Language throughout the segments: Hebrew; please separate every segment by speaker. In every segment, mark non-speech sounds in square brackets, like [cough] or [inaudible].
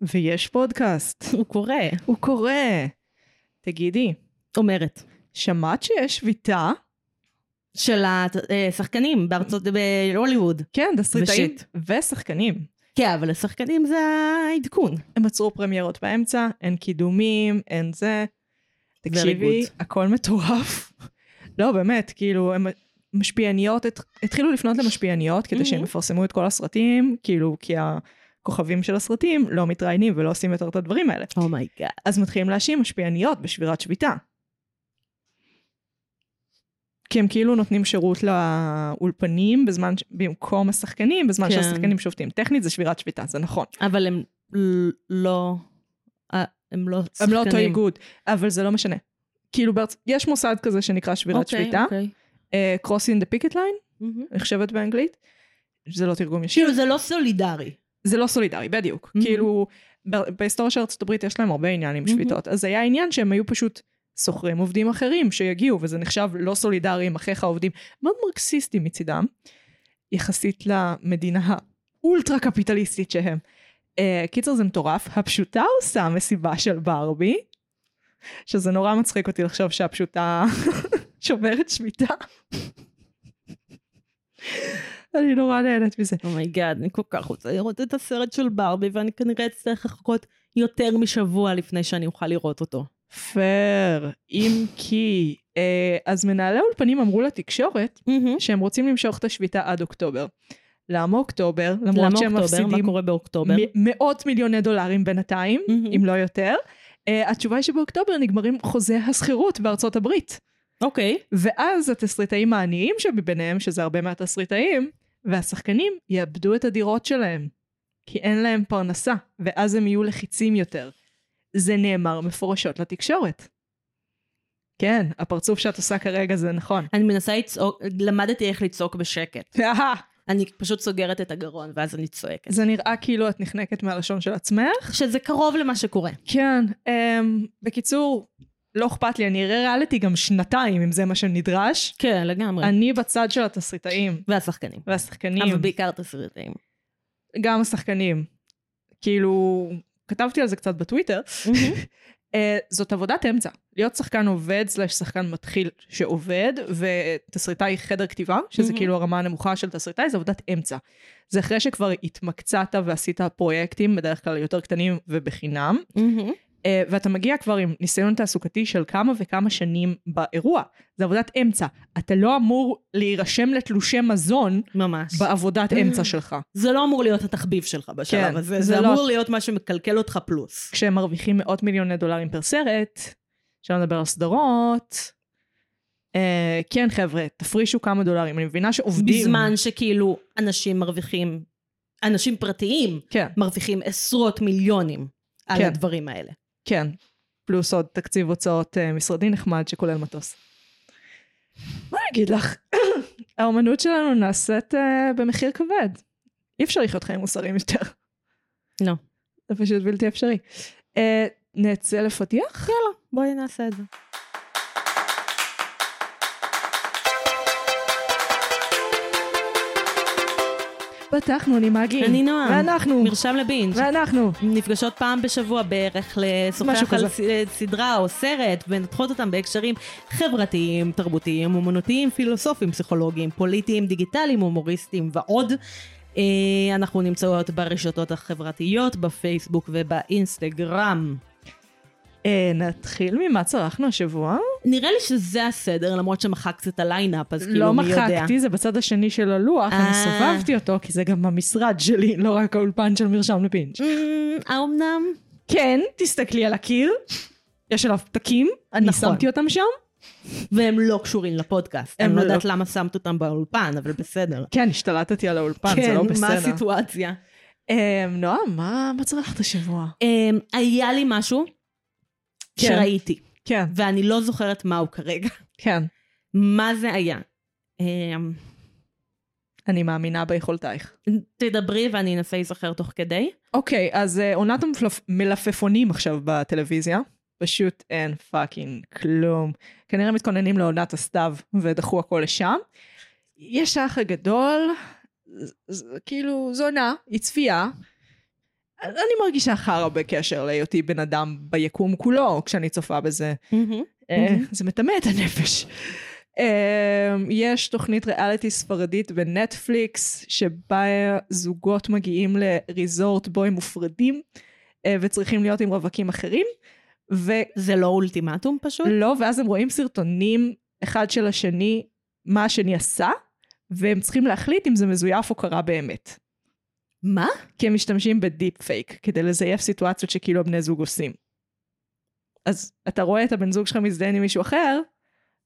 Speaker 1: ויש פודקאסט.
Speaker 2: הוא קורא.
Speaker 1: הוא קורא. תגידי,
Speaker 2: אומרת.
Speaker 1: שמעת שיש שביתה?
Speaker 2: של השחקנים בארצות, בהוליווד.
Speaker 1: כן, תסריטאים
Speaker 2: ושיט.
Speaker 1: ושחקנים.
Speaker 2: כן, אבל השחקנים זה העדכון.
Speaker 1: הם עצרו פרמיירות באמצע, אין קידומים, אין זה. תקשיבי,
Speaker 2: good.
Speaker 1: הכל מטורף. [laughs] לא, באמת, כאילו, הם משפיעניות, הת- התחילו לפנות למשפיעניות כדי שהם
Speaker 2: Mhm.
Speaker 1: יפרסמו את כל הסרטים, כאילו, כי הכוכבים של הסרטים לא מתראיינים ולא עושים יותר את הדברים האלה.
Speaker 2: אומייגאד.
Speaker 1: אז מתחילים להאשים משפיעניות בשבירת שביתה. כי הם כאילו נותנים שירות לאולפנים בזמן, ש- במקום השחקנים, בזמן
Speaker 2: כן.
Speaker 1: שהשחקנים שובתים. טכנית זה שבירת שביתה, זה נכון.
Speaker 2: אבל הם ל- לא... אה, הם לא
Speaker 1: הם
Speaker 2: שחקנים.
Speaker 1: לא אותו איגוד, אבל זה לא משנה. כאילו, בארצ... יש מוסד כזה שנקרא שבירת
Speaker 2: אוקיי,
Speaker 1: שביתה, אה,
Speaker 2: אוקיי.
Speaker 1: קרוסינג דה פיקט ליין,
Speaker 2: מהמם.
Speaker 1: נחשבת באנגלית, זה לא תרגום ישיר,
Speaker 2: כאילו זה לא סולידרי.
Speaker 1: זה לא סולידרי, בדיוק.
Speaker 2: Mhm.
Speaker 1: כאילו, ב- בהיסטוריה של ארצות הברית יש להם הרבה עניין עם
Speaker 2: Mhm.
Speaker 1: שביתות, אז היה עניין שהם היו פשוט שוכרים עובדים אחרים שיגיעו, וזה נחשב לא סולידרי עם אחיך העובדים, מאוד מרקסיסטי מצידם, יחסית למדינה האולטרה קפיטליסטית שהם. אה, קיצר זה מטורף, הפשוטה עושה מסיבה של ברבי, שזה נורא מצחיק אותי לחשוב שהפשוטה [laughs] שוברת שביתה. [laughs] אני נורא נהנית מזה.
Speaker 2: אומייגאד, Oh אני כל כך רוצה לראות את הסרט של ברבי, ואני כנראה אצטרך לחכות יותר משבוע לפני שאני אוכל לראות אותו.
Speaker 1: פייר, אם כי. אה, אז מנהלי האולפנים אמרו לתקשורת שהם רוצים למשוך את השביתה עד אוקטובר. למה אוקטובר? למרות
Speaker 2: למה
Speaker 1: שהם
Speaker 2: אוקטובר? Mm-hmm. מה
Speaker 1: מפסידים
Speaker 2: קורה באוקטובר?
Speaker 1: מ- מאות מיליוני דולרים בינתיים,
Speaker 2: מהמם.
Speaker 1: אם לא יותר. אה, התשובה היא שבאוקטובר נגמרים חוזי השכירות בארצות הברית.
Speaker 2: אוקיי.
Speaker 1: ואז התסריטאים העניים שמביניהם, שזה הרבה מהתסריטאים, והשחקנים יאבדו את הדירות שלהם, כי אין להם פרנסה, ואז הם יהיו לחיצים יותר. זה נאמר מפורשות לתקשורת. כן, הפרצוף שאת עושה כרגע זה נכון.
Speaker 2: אני מנסה לצעוק, למדתי איך לצעוק בשקט. אני פשוט סוגרת את הגרון ואז אני צועקת.
Speaker 1: [laughs] זה נראה כאילו את נחנקת מהלשון של עצמך.
Speaker 2: שזה קרוב למה שקורה.
Speaker 1: כן, אמ, בקיצור, לא אכפת לי, אני אראה ריאליטי גם שנתיים, אם זה מה שנדרש.
Speaker 2: כן, לגמרי.
Speaker 1: אני בצד של התסריטאים
Speaker 2: והשחקנים.
Speaker 1: והשחקנים.
Speaker 2: אבל בעיקר תסריטאים.
Speaker 1: גם השחקנים. כאילו, כתבתי על זה קצת בטוויטר. אה, זאת עבודת אמצע. להיות שחקן עובד סלש שחקן מתחיל שעובד, ותסריטאי חדר כתיבה, שזה
Speaker 2: Mhm.
Speaker 1: כאילו הרמה הנמוכה של תסריטאי, זה עבודת אמצע. זה אחרי שכבר התמקצעת ועשית פרויקטים, בדרך כלל יותר קטנים ובחינם,
Speaker 2: מהמם.
Speaker 1: אה, ואתה מגיע כבר עם ניסיון תעסוקתי של כמה וכמה שנים באירוע. זה עבודת אמצע. אתה לא אמור להירשם לתלושי מזון
Speaker 2: ממש.
Speaker 1: בעבודת אמצע שלך.
Speaker 2: זה לא אמור להיות התחביב שלך בשלב
Speaker 1: כן,
Speaker 2: הזה,
Speaker 1: זה
Speaker 2: זה
Speaker 1: לא-
Speaker 2: אמור להיות מה שמקלקל אותך פלוס.
Speaker 1: כשהם מרוויחים מאות מיליוני דולרים פר סרט, שלא נדבר על סדרות. אה, כן חבר'ה, תפרישו כמה דולרים, אני מבינה שעובדים.
Speaker 2: בזמן שכאילו אנשים מרוויחים, אנשים פרטיים
Speaker 1: כן,
Speaker 2: מרוויחים עשרות מיליונים על
Speaker 1: כן.
Speaker 2: הדברים האלה.
Speaker 1: כן. פלוס עוד תקציב הוצאות אה, משרדי נחמד שכולל מטוס. מה אני אגיד לך? [coughs] האומנות שלנו נעשית אה, במחיר כבד. אי אפשר לחיות חיים מוסריים יותר.
Speaker 2: לא.
Speaker 1: זה פשוט בלתי אפשרי. אה, נצא לפתיח?
Speaker 2: בואי נעשה את זה.
Speaker 1: פתחנו, אני מגי.
Speaker 2: כן. אני נועם.
Speaker 1: ואנחנו.
Speaker 2: מרשם לבינג'.
Speaker 1: ואנחנו.
Speaker 2: נפגשות פעם בשבוע בערך
Speaker 1: משהו
Speaker 2: לשוחח
Speaker 1: כזה.
Speaker 2: על ס- סדרה או סרט ונותחות אותם בהקשרים חברתיים, תרבותיים, אומנותיים, פילוסופיים, פסיכולוגיים, פוליטיים, דיגיטליים, הומוריסטיים ועוד. אה, אנחנו נמצאות ברשתות החברתיות, בפייסבוק ובאינסטגרם.
Speaker 1: אה, נתחיל ממה צרכנו השבוע.
Speaker 2: נראה לי שזה הסדר, למרות שמחקת את הליינאפ, אז כאילו
Speaker 1: לא
Speaker 2: מי יודע.
Speaker 1: מחקתי, זה בצד השני של הלוח,
Speaker 2: אה.
Speaker 1: אני סובבתי אותו, כי זה גם המשרד שלי, [laughs] לא רק האולפן של מרשם לפינץ'.
Speaker 2: Mm, האומנם?
Speaker 1: כן, תסתכלי על הקיר, יש עליו פתקים, אני
Speaker 2: נכון.
Speaker 1: שמתי אותם שם.
Speaker 2: והם לא קשורים לפודקאסט.
Speaker 1: הם
Speaker 2: אני לא
Speaker 1: לא.
Speaker 2: יודעת למה שמת אותם באולפן, אבל בסדר.
Speaker 1: כן, השתלטתי על האולפן, זה לא
Speaker 2: מה
Speaker 1: בסדר.
Speaker 2: הסיטואציה?
Speaker 1: אה, נועם, מה מה צרכת השבוע?
Speaker 2: אמ, היה לי משהו
Speaker 1: כן.
Speaker 2: שראיתי,
Speaker 1: כן,
Speaker 2: ואני לא זוכרת מהו כרגע. [laughs]
Speaker 1: כן.
Speaker 2: מה זה היה? אמ,
Speaker 1: אני מאמינה ביכולתייך.
Speaker 2: תדברי ואני אנסה להיזכר תוך כדי.
Speaker 1: אוקיי, אז אה, עונת המפלפ- מלפפונים עכשיו בטלוויזיה. פשוט אין פאקינג כלום. כנראה מתכוננים לעונת הסתיו ודחו הכל לשם. יש האח הגדול, ז- ז- כאילו זונה, היא צפייה. אני מרגישה חרא בקשר להיותי בן אדם ביקום כולו, כשאני צופה בזה. אה,
Speaker 2: Mhm.
Speaker 1: זה מטמא את הנפש. אה, יש תוכנית ריאליטי ספרדית בנטפליקס, שבה זוגות מגיעים לריזורט בו הם מופרדים, אה, וצריכים להיות עם רווקים אחרים, ולא,
Speaker 2: זה לא אולטימטום פשוט?
Speaker 1: לא, ואז הם רואים סרטונים אחד של השני, מה השני עשה, והם צריכים להחליט אם זה מזויף או קרה באמת.
Speaker 2: מה?
Speaker 1: כי הם משתמשים בדיפ פייק כדי לזייף סיטואציות שכאילו הבני זוג עושים. אז אתה רואה את הבן זוג שלך מזדיין עם מישהו אחר,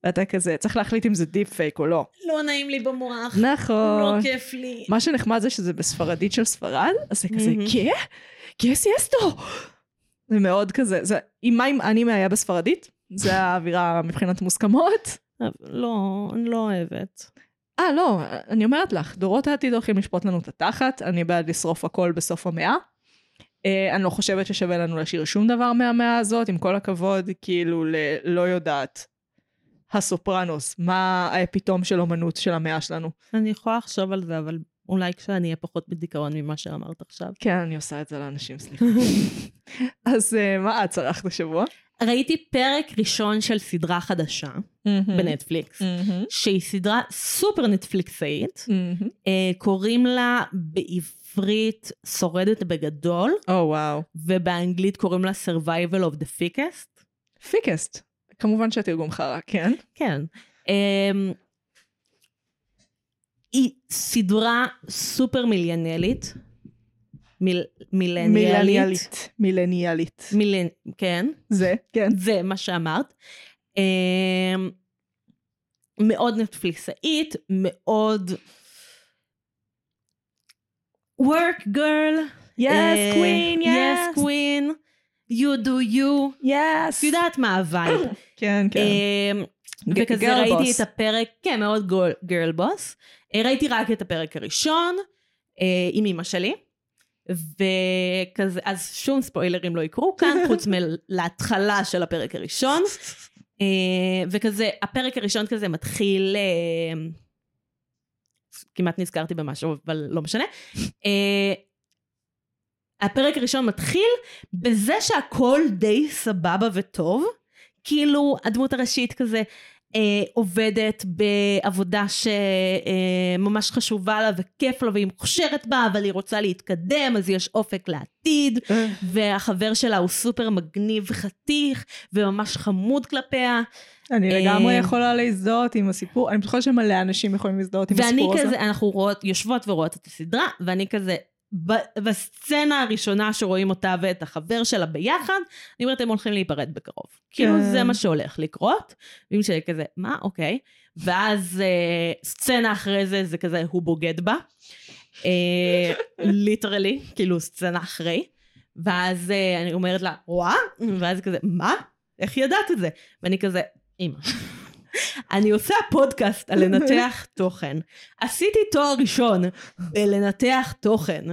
Speaker 1: ואתה כזה, צריך להחליט אם זה דיפ פייק או לא.
Speaker 2: לא נעים לי במוח. לא
Speaker 1: נכון.
Speaker 2: כיף לי.
Speaker 1: מה שנחמד זה שזה בספרדית של ספרד, אז זה כזה,
Speaker 2: מהמם.
Speaker 1: כן? כן סיאסטו! זה מאוד כזה, זה, עם מה אם אני היה בספרדית? זה האווירה מבחינת מוסכמות.
Speaker 2: לא, אני לא אוהבת.
Speaker 1: אה, לא, אני אומרת לך, דורות העתיד הולכים לשפוט לנו את התחת, אני בעד לשרוף הכל בסוף המאה. אה, אני לא חושבת ששווה לנו להשאיר שום דבר מהמאה הזאת, עם כל הכבוד, כאילו, ל- לא יודעת. הסופרנוס, מה האפיתום של אומנות של המאה שלנו.
Speaker 2: אני יכולה לחשוב על זה, אבל אולי כשאני אהיה פחות בדיכאון ממה שאמרת עכשיו.
Speaker 1: כן, אני עושה את זה לאנשים, סליחה. [laughs] אז אה, מה את צרכת השבוע?
Speaker 2: ראיתי פרק ראשון של סדרה חדשה בנטפליקס,
Speaker 1: מהמם.
Speaker 2: שהיא סדרה סופר נטפליקסאית.
Speaker 1: מהמם.
Speaker 2: אה, קוראים לה בעברית שורדת בגדול,
Speaker 1: או וואו.
Speaker 2: ובאנגלית קוראים לה survival of the thickest.
Speaker 1: פיקסט. כמובן שהתרגום חרא, כן.
Speaker 2: כן. אמ, היא סדרה סופר מיליאנלית. מיל, מילניאלית.
Speaker 1: מילניאלית.
Speaker 2: מילנ... כן,
Speaker 1: זה, כן.
Speaker 2: זה מה שאמרת. אמ, מאוד נטפליקסאית, מאוד... work girl.
Speaker 1: יס,
Speaker 2: אה,
Speaker 1: קווין,
Speaker 2: yes
Speaker 1: יס,
Speaker 2: queen, you do you.
Speaker 1: יס.
Speaker 2: את יודעת מה הווייב.
Speaker 1: [coughs] כן, כן.
Speaker 2: אמ,
Speaker 1: ג-
Speaker 2: וכזה
Speaker 1: girl
Speaker 2: ראיתי
Speaker 1: boss.
Speaker 2: את הפרק, כן, מאוד גול- גרל בוס. אה, ראיתי רק את הפרק הראשון אה, עם אמא שלי, וכזה, אז שום ספוילרים לא יקרו כאן, חוץ מלהתחלה של הפרק הראשון. אה, וכזה, הפרק הראשון כזה מתחיל... אה, כמעט נזכרתי במשהו, אבל לא משנה. אה, הפרק הראשון מתחיל בזה שהכל די סבבה וטוב. כאילו, הדמות הראשית כזה אה, עובדת בעבודה שממש חשובה לה וכיף לה והיא מוכשרת בה, אבל היא רוצה להתקדם, אז יש אופק לעתיד.
Speaker 1: אה,
Speaker 2: והחבר שלה הוא סופר מגניב וחתיך, וממש חמוד כלפיה.
Speaker 1: אני
Speaker 2: אה,
Speaker 1: לגמרי יכולה להזדהות עם הסיפור, אני בטוחה שמלא אנשים יכולים להזדהות עם
Speaker 2: ואני
Speaker 1: הסיפור הזה.
Speaker 2: כזה, אנחנו רואות, יושבות ורואות את הסדרה, ואני כזה, ב, בסצנה הראשונה שרואים אותה ואת החבר שלה ביחד, אני אומרת, הם הולכים להיפרד בקרוב. כאילו,
Speaker 1: כן.
Speaker 2: זה מה שהולך לקרות. ואם שלי כזה, מה? אוקיי. ואז אה, סצנה אחרי זה, זה כזה, הוא בוגד בה. ליטרלי, כאילו, סצנה אחרי. ואז אה, אני אומרת לה, וואה? ואז היא כזה, מה? איך ידעת את זה? ואני כזה, אמא. אני עושה פודקאסט על לנתח תוכן. עשיתי תואר ראשון בלנתח תוכן.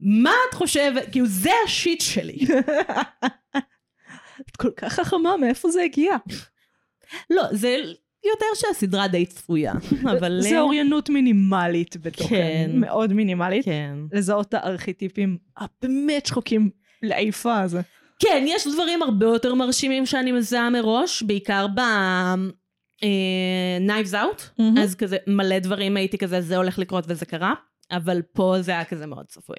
Speaker 2: מה את חושבת? כאילו זה השיט שלי.
Speaker 1: את כל כך חכמה, מאיפה זה הגיע?
Speaker 2: לא, זה יותר שהסדרה די צפויה, אבל... אה,
Speaker 1: זה אוריינות מינימלית בתוכן,
Speaker 2: כן.
Speaker 1: מאוד מינימלית.
Speaker 2: כן.
Speaker 1: לזהות את הארכיטיפים הבאמת שחוקים לעיפה הזה.
Speaker 2: כן, יש דברים הרבה יותר מרשימים שאני מזהה מראש, בעיקר ב... אה, Knives Out,
Speaker 1: מהמם.
Speaker 2: אז כזה מלא דברים הייתי כזה, זה הולך לקרות וזה קרה, אבל פה זה היה כזה מאוד צפוי.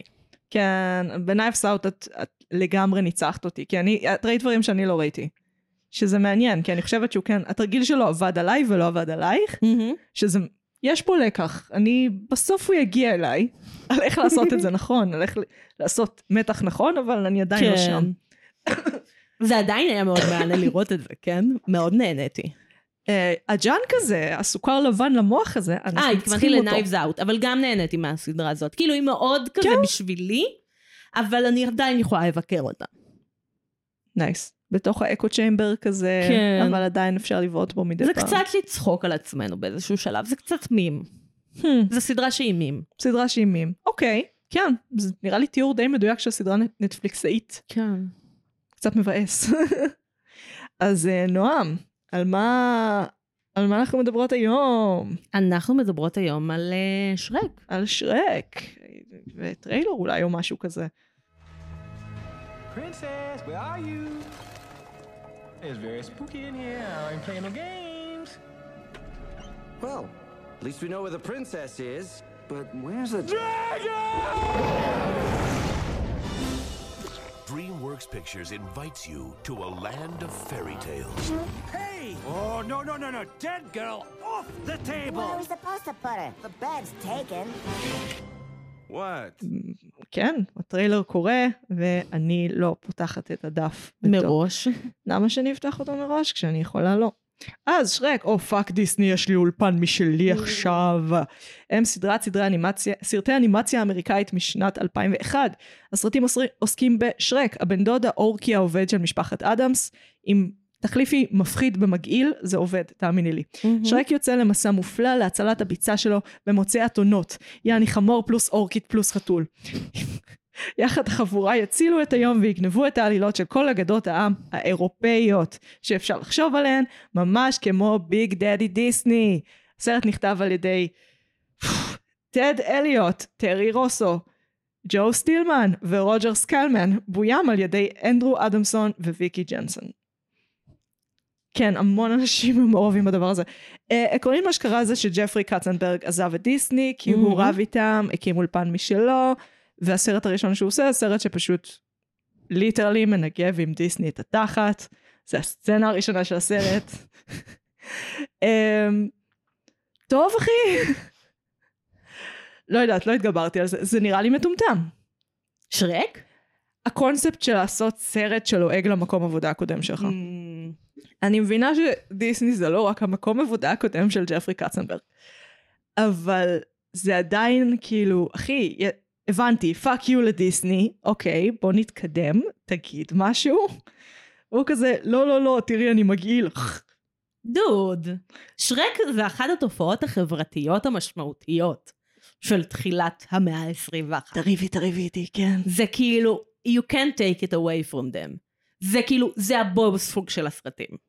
Speaker 1: כן, בנייפס אאוט את את לגמרי ניצחת אותי, כי אני, את ראית דברים שאני לא ראיתי. שזה מעניין, כי אני חושבת שהוא כן, התרגיל שלו עבד עליי ולא עבד עלייך,
Speaker 2: Mm-hmm.
Speaker 1: שזה, יש פה לקח, אני, בסוף הוא יגיע אליי, על איך לעשות
Speaker 2: [laughs]
Speaker 1: את זה נכון, על איך ל- לעשות מתח נכון, אבל אני עדיין
Speaker 2: כן.
Speaker 1: לא שם.
Speaker 2: זה עדיין היה מאוד מעניין לראות את זה, כן? מאוד נהניתי.
Speaker 1: אה, הג'אנק הזה, הסוכר לבן למוח הזה,
Speaker 2: אה,
Speaker 1: אנחנו
Speaker 2: התכוונתי
Speaker 1: צריכים אותו.
Speaker 2: לנייבס אאוט, אבל גם נהניתי מהסדרה הזאת. כאילו, היא מאוד כזה בשבילי, אבל אני עדיין יכולה לבקר אותה.
Speaker 1: נייס. בתוך האקו צ'יימבר כזה,
Speaker 2: כן.
Speaker 1: אבל עדיין אפשר לבעוט בו מדי
Speaker 2: זה
Speaker 1: פעם.
Speaker 2: קצת לצחוק על עצמנו באיזשהו שלב, זה קצת מים.
Speaker 1: Hmm,
Speaker 2: זו סדרה שהיא מים.
Speaker 1: סדרה שהיא מים. אוקיי, כן, זה נראה לי תיאור די מדויק של סדרה נט- נטפליקסאית.
Speaker 2: כן.
Speaker 1: קצת מבאס. [laughs] אז אה, נועם, על מה, על מה אנחנו מדברות היום?
Speaker 2: אנחנו מדברות היום על אה, שרק.
Speaker 1: על שרק, וטריילר אולי או משהו כזה.
Speaker 3: Princess, where are you? It's very spooky in here. I ain't playing no games.
Speaker 4: Well, at least we know where the princess is. But where's the
Speaker 5: DreamWorks Pictures invites you to a land of fairy tales
Speaker 6: Hey! Oh, no, no, no, no. Dead girl off the
Speaker 7: Where
Speaker 6: table!
Speaker 7: was the pasta butter? The bag's taken.
Speaker 4: what?
Speaker 1: כן, הטריילר קורה, ואני לא פותחת את הדף. בתור-
Speaker 2: מראש.
Speaker 1: למה שאני אפתח אותו מראש כשאני יכולה לא? אז שרק, או פאק דיסני, יש לי אולפן משלי עכשיו. הם סדרת סדרי אנימציה, סרטי אנימציה אמריקאית משנת 2001. הסרטים עוסרי- עוסקים בשרק, הבן דוד האורקי העובד של משפחת אדמס, עם תחליפי מפחיד ומגעיל, זה עובד, תאמיני לי. שרק יוצא למסע מופלא להצלת הביצה שלו ומוצא אתונות, יעני חמור פלוס אורקית פלוס חתול. [laughs] יחד חבורה יצילו את היום ויגנבו את העלילות של כל אגדות העם האירופאיות שאפשר לחשוב עליהן, ממש כמו ביג דדי דיסני. הסרט נכתב על ידי טד אליוט, טרי רוסו, ג'ו סטילמן ורוג'ר סקלמן, בוים על ידי אנדרו אדמסון וויקי ג'נסון. כן, המון אנשים [laughs] מעורבים בדבר הזה. אה, עקרונית מה שקרה זה שג'פרי קצנברג עזב את דיסני, כי הוא
Speaker 2: Mhm.
Speaker 1: רב איתם, הקים אולפן משלו, והסרט הראשון שהוא עושה, סרט שפשוט ליטרלי מנגב עם דיסני את התחת. זה הסצנה הראשונה של הסרט. אמ, טוב אחי. לא יודעת, לא התגברתי על זה, זה נראה לי מטומטם.
Speaker 2: שרק?
Speaker 1: הקונספט של לעשות סרט שלועג למקום עבודה הקודם שלך.
Speaker 2: Hmm.
Speaker 1: אני מבינה שדיסני זה לא רק המקום עבודה הקודם של ג'פרי קצנברג, אבל זה עדיין כאילו, אחי, י- הבנתי, פאק יו לדיסני, אוקיי, בוא נתקדם, תגיד משהו. והוא כזה, לא, לא, לא, תראי, אני מגעיל.
Speaker 2: דוד, שרק זה אחת התופעות החברתיות המשמעותיות של תחילת המאה ה-21.
Speaker 1: תריבי, תריבי איתי, כן.
Speaker 2: זה כאילו, you can't take it away from them. זה כאילו, זה הבובספוג של הסרטים.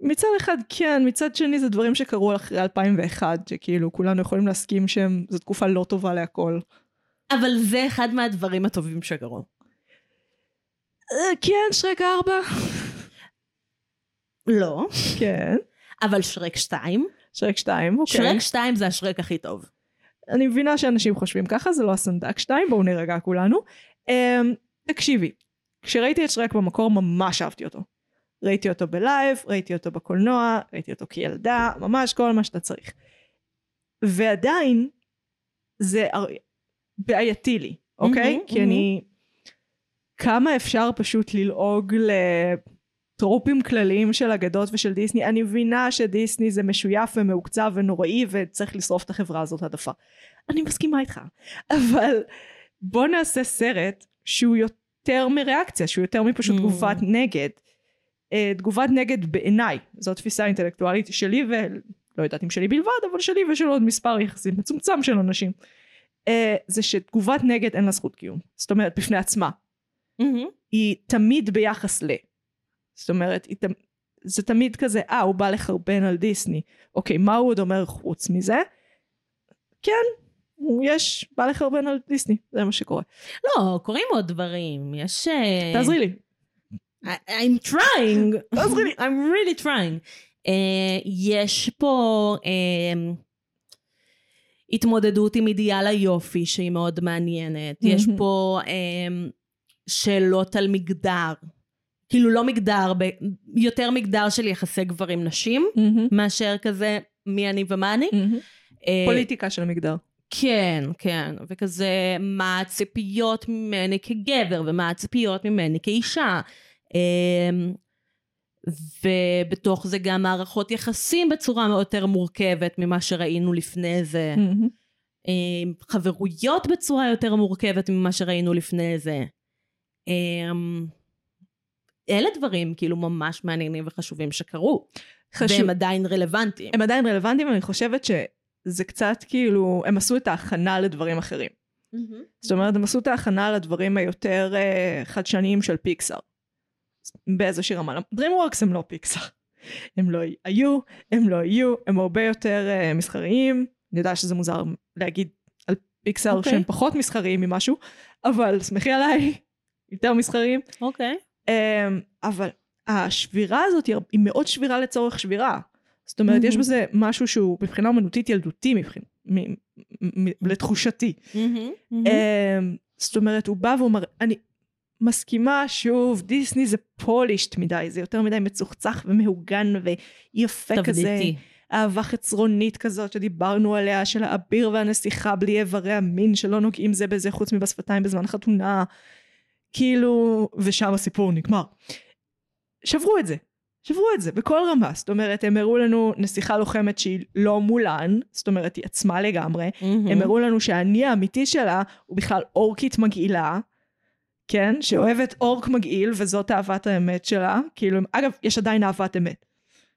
Speaker 1: מצד אחד כן, מצד שני זה דברים שקרו אחרי 2001, שכאילו כולנו יכולים להסכים שהם, זו תקופה לא טובה להכל.
Speaker 2: אבל זה אחד מהדברים הטובים שקרו.
Speaker 1: אה, כן, שרק ארבע.
Speaker 2: לא.
Speaker 1: כן.
Speaker 2: אבל שרק 2,
Speaker 1: שרק שתיים, אוקיי.
Speaker 2: שרק 2 זה השרק הכי טוב.
Speaker 1: אני מבינה שאנשים חושבים ככה, זה לא הסנדק 2, בואו נירגע כולנו. Um, תקשיבי, כשראיתי את שרק במקור ממש אהבתי אותו. ראיתי אותו בלייב, ראיתי אותו בקולנוע, ראיתי אותו כילדה, ממש כל מה שאתה צריך. ועדיין, זה הר- בעייתי לי, אוקיי?
Speaker 2: מהמם,
Speaker 1: כי אני... כמה אפשר פשוט ללעוג לטרופים כלליים של אגדות ושל דיסני? אני מבינה שדיסני זה משויף ומעוקצב ונוראי וצריך לשרוף את החברה הזאת עד עפר. אני מסכימה איתך. אבל בוא נעשה סרט שהוא יותר מריאקציה, שהוא יותר מפשוט
Speaker 2: Mm.
Speaker 1: תגובת נגד. אה, תגובת נגד בעיניי, זו תפיסה אינטלקטואלית שלי ו... לא יודעת אם שלי בלבד, אבל שלי ושל עוד מספר יחסית מצומצם של אנשים. אה, זה שתגובת נגד אין לה זכות קיום. זאת אומרת, בפני עצמה. היא תמיד ביחס ל... זאת אומרת, היא תמ... זה תמיד כזה, אה, הוא בא לחרבן על דיסני. אוקיי, מה הוא עוד אומר חוץ מזה? כן, הוא יש, בא לחרבן על דיסני, זה מה שקורה.
Speaker 2: לא, קורים עוד דברים, יש... אה,
Speaker 1: תעזרי לי.
Speaker 2: I- I'm trying. תעזרי לי. I'm really trying. אה, יש פה אה, התמודדות עם אידיאל היופי שהיא מאוד מעניינת. יש
Speaker 1: מהמם.
Speaker 2: פה אה, שאלות על מגדר. כאילו לא מגדר, ב- יותר מגדר של יחסי גברים נשים, מאשר כזה מי אני ומה אני. אה,
Speaker 1: פוליטיקה של המגדר.
Speaker 2: כן, כן, וכזה מה הציפיות ממני כגבר ומה הציפיות ממני כאישה. אמ, ובתוך זה גם מערכות יחסים בצורה מאוד יותר מורכבת ממה שראינו לפני זה. אמ, חברויות בצורה יותר מורכבת ממה שראינו לפני זה. אמ, אלה דברים כאילו ממש מעניינים וחשובים שקרו,
Speaker 1: חשוב.
Speaker 2: והם עדיין רלוונטיים.
Speaker 1: הם עדיין רלוונטיים, ואני חושבת שזה קצת כאילו, הם עשו את ההכנה לדברים אחרים. זאת אומרת, הם עשו את ההכנה לדברים היותר אה, חדשניים של פיקסאר. באיזושהי רמה. DreamWorks הם לא פיקסאר. הם לא היו, הם לא יהיו, הם הרבה יותר אה, מסחריים. אני יודעת שזה מוזר להגיד על פיקסאר
Speaker 2: אוקיי.
Speaker 1: שהם פחות מסחריים ממשהו, אבל סמכי עליי, יותר מסחריים.
Speaker 2: אוקיי.
Speaker 1: אמ, אבל השבירה הזאת היא הר- היא מאוד שבירה לצורך שבירה. זאת אומרת, יש בזה משהו שהוא מבחינה אומנותית ילדותי מבחינ... מ... מ... מ... לתחושתי.
Speaker 2: Mm-hmm.
Speaker 1: אמ, זאת אומרת, הוא בא ואומר, אני מסכימה, שוב, דיסני זה פולישט מדי, זה יותר מדי מצוחצח ומהוגן ויפה כזה.
Speaker 2: תבדיתי.
Speaker 1: אהבה חצרונית כזאת שדיברנו עליה, של האביר והנסיכה בלי איברי המין, שלא נוגעים זה בזה חוץ מבשפתיים בזמן חתונה. כאילו, ושם הסיפור נגמר. שברו את זה. שברו את זה בכל רמה. זאת אומרת, הם הראו לנו נסיכה לוחמת שהיא לא מולן, זאת אומרת, היא עצמה לגמרי.
Speaker 2: Mm-hmm.
Speaker 1: הם הראו לנו שהאני האמיתי שלה הוא בכלל אורקית מגעילה, כן? שאוהבת אורק מגעיל, וזאת אהבת האמת שלה. כאילו, הם- אגב, יש עדיין אהבת אמת,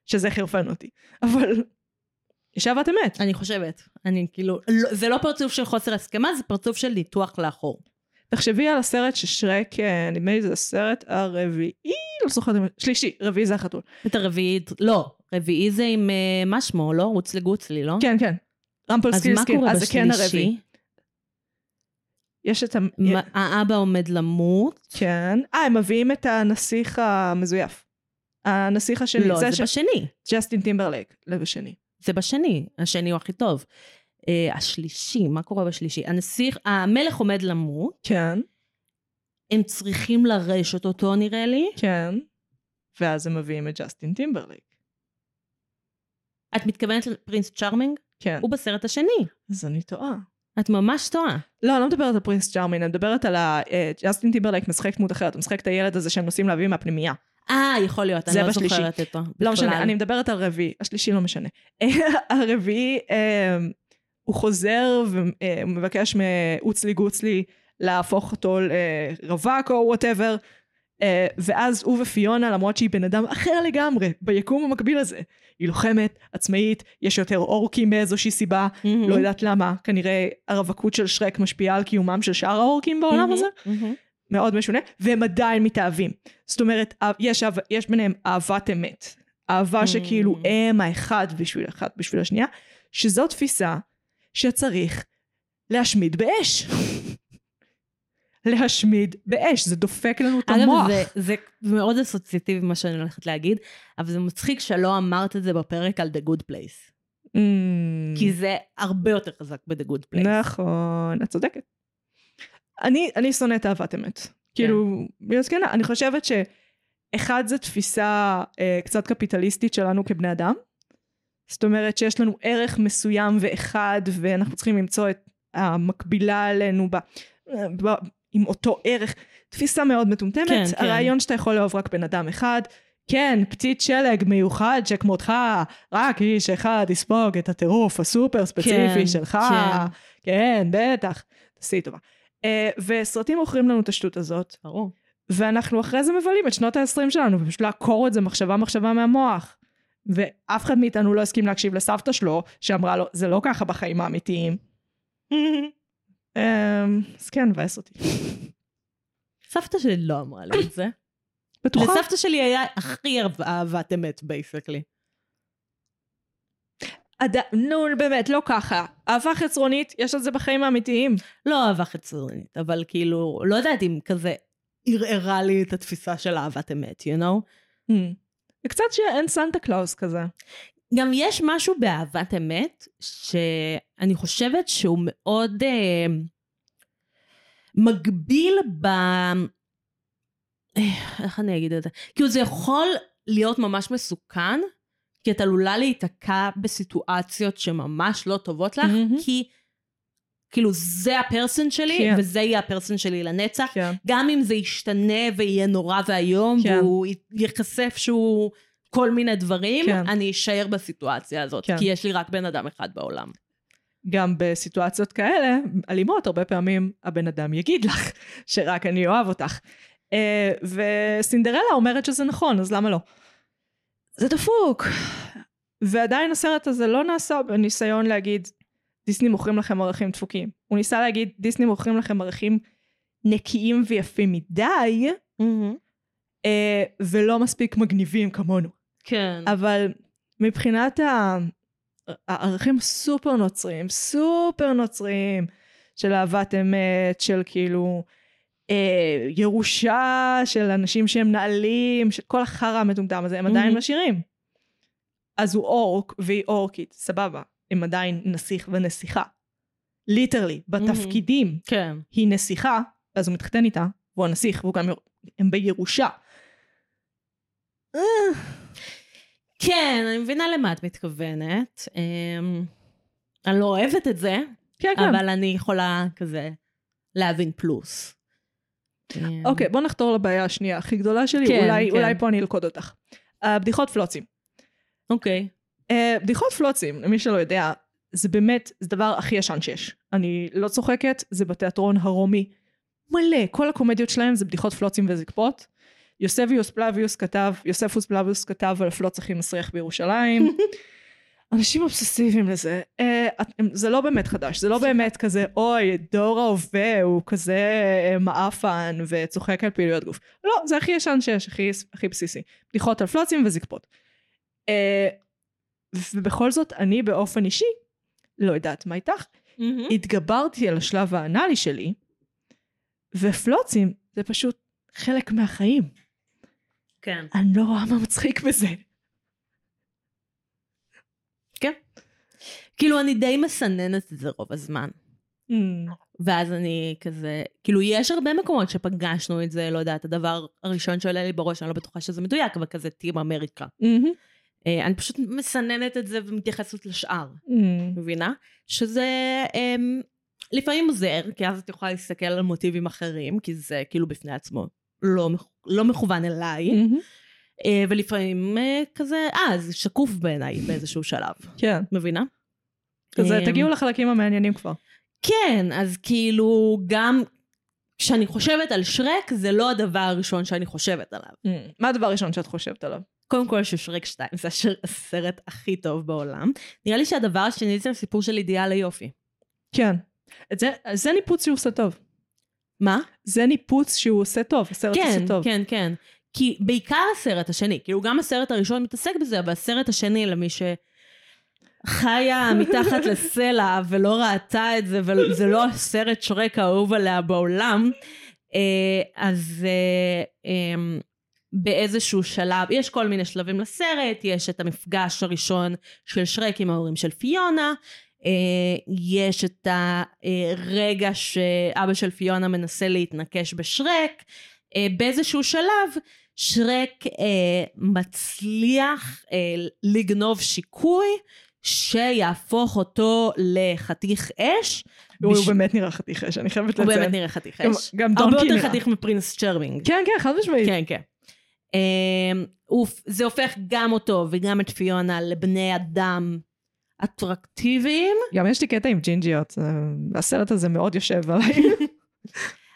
Speaker 1: שזה חרפן אותי. אבל יש אהבת אמת.
Speaker 2: אני חושבת. אני כאילו, לא- זה לא פרצוף של חוסר הסכמה, זה פרצוף של ניתוח לאחור.
Speaker 1: תחשבי על הסרט ששרק, אה, נדמה לי זה הסרט הרביעי, לא זוכרת, אם- שלישי, רביעי זה החתול.
Speaker 2: את הרביעית, לא, רביעי זה עם אה, מה שמו, לא? רוץ לגוצלי, לא?
Speaker 1: כן, כן. רמפל
Speaker 2: אז
Speaker 1: סקיל
Speaker 2: מה
Speaker 1: סקיל,
Speaker 2: קורה
Speaker 1: אז זה כן הרביעי.
Speaker 2: בשלישי?
Speaker 1: יש את ה...
Speaker 2: מה- האבא עומד למות?
Speaker 1: כן. אה, הם מביאים את הנסיך המזויף. הנסיך השני.
Speaker 2: לא, זה
Speaker 1: ש-
Speaker 2: בשני.
Speaker 1: ג'סטין טימברלייק, לב השני.
Speaker 2: זה בשני, השני הוא הכי טוב. אה, השלישי, מה קורה בשלישי? הנסיך, המלך עומד למות,
Speaker 1: כן,
Speaker 2: הם צריכים לרשת אותו נראה לי.
Speaker 1: כן. ואז הם מביאים את ג'סטין טימברלייק.
Speaker 2: את מתכוונת לפרינס צ'ארמינג?
Speaker 1: כן.
Speaker 2: הוא בסרט השני.
Speaker 1: אז אני טועה.
Speaker 2: את ממש טועה.
Speaker 1: לא, אני לא מדברת על פרינס צ'ארמין, אני מדברת על ה... אה, ג'סטין טימברלייק משחק דמות אחרת, הוא משחק את הילד הזה שהם נוסעים להביא מהפנימייה.
Speaker 2: אה, יכול להיות, אני
Speaker 1: זה
Speaker 2: לא
Speaker 1: בשלישי.
Speaker 2: זוכרת אותו.
Speaker 1: לא משנה,
Speaker 2: בכלל.
Speaker 1: אני מדברת על רביעי, השלישי לא משנה. [laughs] הרביעי, אה, הוא חוזר אה, ומבקש מאוצלי גוצלי להפוך אותו לרווק או וואטאבר, ואז הוא ופיונה, למרות שהיא בן אדם אחר לגמרי, ביקום המקביל הזה, היא לוחמת, עצמאית, יש יותר אורקים מאיזושהי סיבה,
Speaker 2: מהמם.
Speaker 1: לא יודעת למה, כנראה הרווקות של שרק משפיעה על קיומם של שאר האורקים בעולם הזה.
Speaker 2: מהמם.
Speaker 1: מאוד משונה, והם עדיין מתאהבים. זאת אומרת, אה, יש, אהבה- יש ביניהם אהבת אמת.
Speaker 2: Mm.
Speaker 1: אהבה שכאילו הם האחד בשביל אחת בשביל השנייה, שזו תפיסה שצריך להשמיד באש. [laughs] להשמיד באש, זה דופק לנו את
Speaker 2: אגב,
Speaker 1: המוח.
Speaker 2: זה, זה מאוד אסוציאטיבי מה שאני הולכת להגיד, אבל זה מצחיק שלא אמרת את זה בפרק על The Good Place.
Speaker 1: Mm,
Speaker 2: כי זה הרבה יותר חזק ב-The Good Place.
Speaker 1: נכון, את צודקת. אני, אני שונאת אהבת אמת. כאילו,
Speaker 2: כן.
Speaker 1: להיות כנה, אני חושבת שאחד זה תפיסה אה, קצת קפיטליסטית שלנו כבני אדם. זאת אומרת שיש לנו ערך מסוים ואחד, ואנחנו צריכים למצוא את המקבילה עלינו ב, ב, עם אותו ערך. תפיסה מאוד מטומטמת.
Speaker 2: כן, כן.
Speaker 1: הרעיון שאתה יכול לאהוב רק בן אדם אחד. כן, פתית שלג מיוחד שכמותך, רק איש אחד יספוג את הטירוף הסופר ספציפי
Speaker 2: כן,
Speaker 1: שלך.
Speaker 2: כן.
Speaker 1: כן, בטח. תעשי טובה. אה, וסרטים מוכרים לנו את השטות הזאת,
Speaker 2: ברור.
Speaker 1: [laughs] ואנחנו אחרי זה מבלים את שנות ה-20 שלנו, ופשוט לעקור את זה מחשבה מחשבה מהמוח. ואף אחד מאיתנו לא הסכים להקשיב לסבתא שלו, שאמרה לו, זה לא ככה בחיים האמיתיים. אה, אז כן, מבאס אותי.
Speaker 2: סבתא שלי לא אמרה לי את זה.
Speaker 1: בטוחה?
Speaker 2: לסבתא שלי היה הכי אהב- אהבת אמת, בייסקלי.
Speaker 1: עד- נו, באמת, לא ככה. אהבה חצרונית, יש את זה בחיים האמיתיים.
Speaker 2: לא אהבה חיצונית, אבל כאילו, לא יודעת אם כזה ערערה לי את התפיסה של אהבת אמת, you know?
Speaker 1: זה Hmm. קצת שאין סנטה קלאוס כזה.
Speaker 2: גם יש משהו באהבת אמת, שאני חושבת שהוא מאוד אה, מגביל ב... אה, איך אני אגיד את זה? כאילו זה יכול להיות ממש מסוכן, כי את עלולה להיתקע בסיטואציות שממש לא טובות לך,
Speaker 1: מהמם.
Speaker 2: כי כאילו זה הפרסן שלי,
Speaker 1: כן.
Speaker 2: וזה יהיה הפרסן שלי לנצח,
Speaker 1: כן.
Speaker 2: גם אם זה ישתנה ויהיה נורא ואיום,
Speaker 1: כן.
Speaker 2: והוא י- ייחשף שהוא כל מיני דברים,
Speaker 1: כן.
Speaker 2: אני אשאר בסיטואציה הזאת,
Speaker 1: כן.
Speaker 2: כי יש לי רק בן אדם אחד בעולם.
Speaker 1: גם בסיטואציות כאלה, אלימות, הרבה פעמים הבן אדם יגיד לך שרק אני אוהב אותך. אה, וסינדרלה אומרת שזה נכון, אז למה לא? זה דפוק. ועדיין הסרט הזה לא נעשה בניסיון להגיד, דיסני מוכרים לכם ערכים דפוקים. הוא ניסה להגיד, דיסני מוכרים לכם ערכים נקיים ויפים מדי, אה, ולא מספיק מגניבים כמונו.
Speaker 2: כן.
Speaker 1: אבל מבחינת ה- הערכים סופר נוצריים, סופר נוצריים, של אהבת אמת, של כאילו אה, ירושה של אנשים שהם נעלים, של כל החרא המטומטם הזה, הם עדיין
Speaker 2: מהמם.
Speaker 1: משאירים. אז הוא אורק והיא אורקית, סבבה. הם עדיין נסיך ונסיכה. ליטרלי, בתפקידים.
Speaker 2: כן.
Speaker 1: היא נסיכה, ואז הוא מתחתן איתה, והוא הנסיך, והוא גם... יור- הם בירושה.
Speaker 2: כן, אני מבינה למה את מתכוונת. אמ, אני לא אוהבת את זה,
Speaker 1: כן, כן.
Speaker 2: אבל אני יכולה כזה להבין פלוס. אמ,
Speaker 1: אוקיי, בוא נחתור לבעיה השנייה הכי גדולה שלי,
Speaker 2: כן,
Speaker 1: אולי,
Speaker 2: כן.
Speaker 1: אולי פה אני אלכוד אותך. הבדיחות פלוצים.
Speaker 2: אוקיי.
Speaker 1: אה, בדיחות פלוצים, למי שלא יודע, זה באמת, זה דבר הכי ישן שיש. אני לא צוחקת, זה בתיאטרון הרומי. מלא, כל הקומדיות שלהם זה בדיחות פלוצים וזקפות. יוסביוס פלביוס כתב, יוספוס פלביוס כתב על הפלוץ הכי מסריח בירושלים. אנשים אובססיביים לזה. אה, את- הם- זה לא באמת חדש, זה לא באמת כזה, אוי, דור ההווה הוא כזה אה, מעפן וצוחק על פעילויות גוף. לא, זה הכי ישן שיש, הכי, הכי בסיסי. בדיחות על פלוצים וזקפות. אה, ובכל זאת, אני באופן אישי, לא יודעת מה איתך, התגברתי על השלב האנאלי שלי, ופלוצים זה פשוט חלק מהחיים.
Speaker 2: כן.
Speaker 1: אני לא רואה מה מצחיק בזה.
Speaker 2: כן. כאילו, אני די מסננת את זה רוב הזמן.
Speaker 1: Mm-hmm.
Speaker 2: ואז אני כזה, כאילו יש הרבה מקומות שפגשנו את זה, לא יודעת, הדבר הראשון שעולה לי בראש, אני לא בטוחה שזה מדויק, אבל כזה טים אמריקה.
Speaker 1: מהמם.
Speaker 2: אה, אני פשוט מסננת את זה ומתייחסת לשאר, מבינה? שזה אה, לפעמים עוזר, כי אז את יכולה להסתכל על מוטיבים אחרים, כי זה כאילו בפני עצמו לא, מכ- לא מכוון אליי,
Speaker 1: מהמם.
Speaker 2: אה, ולפעמים אה, כזה, אה, זה שקוף בעיניי באיזשהו שלב,
Speaker 1: כן. אמ,
Speaker 2: מבינה?
Speaker 1: כזה,
Speaker 2: אה,
Speaker 1: תגיעו לחלקים המעניינים כבר.
Speaker 2: כן, אז כאילו גם כשאני חושבת על שרק, זה לא הדבר הראשון שאני חושבת עליו.
Speaker 1: מה הדבר הראשון שאת חושבת עליו?
Speaker 2: קודם כל ששרק 2 זה השר- הסרט הכי טוב בעולם. נראה לי שהדבר השני זה הסיפור של אידיאל היופי.
Speaker 1: כן. את זה, זה ניפוץ שהוא עושה טוב.
Speaker 2: מה?
Speaker 1: זה ניפוץ שהוא עושה טוב, הסרט
Speaker 2: כן,
Speaker 1: עושה טוב.
Speaker 2: כן, כן. כי בעיקר הסרט השני, כאילו גם הסרט הראשון מתעסק בזה, אבל הסרט השני למי שחיה מתחת לסלע ולא ראתה את זה, וזה לא הסרט שרק האהוב עליה בעולם, אה, אז אה, אה, באיזשהו שלב, יש כל מיני שלבים לסרט, יש את המפגש הראשון של שרק עם ההורים של פיונה, אה, יש את הרגע שאבא של פיונה מנסה להתנקש בשרק, אה, באיזשהו שלב שרק אה, מצליח אה, לגנוב שיקוי שיהפוך אותו לחתיך אש.
Speaker 1: הוא
Speaker 2: בש-
Speaker 1: באמת נראה חתיך אש, אני חייבת
Speaker 2: הוא באמת
Speaker 1: לציין.
Speaker 2: נראה חתיך
Speaker 1: גם-
Speaker 2: אש.
Speaker 1: גם
Speaker 2: הרבה
Speaker 1: דונקי
Speaker 2: יותר
Speaker 1: נראה.
Speaker 2: חתיך מפרינס צ'רמינג.
Speaker 1: כן, כן, חד משמעית.
Speaker 2: כן, כן. אמ, הוא- זה הופך גם אותו וגם את פיונה לבני אדם אטרקטיביים,
Speaker 1: גם יש לי קטע עם ג'ינג'יות, אה, הסרט הזה מאוד יושב עליי.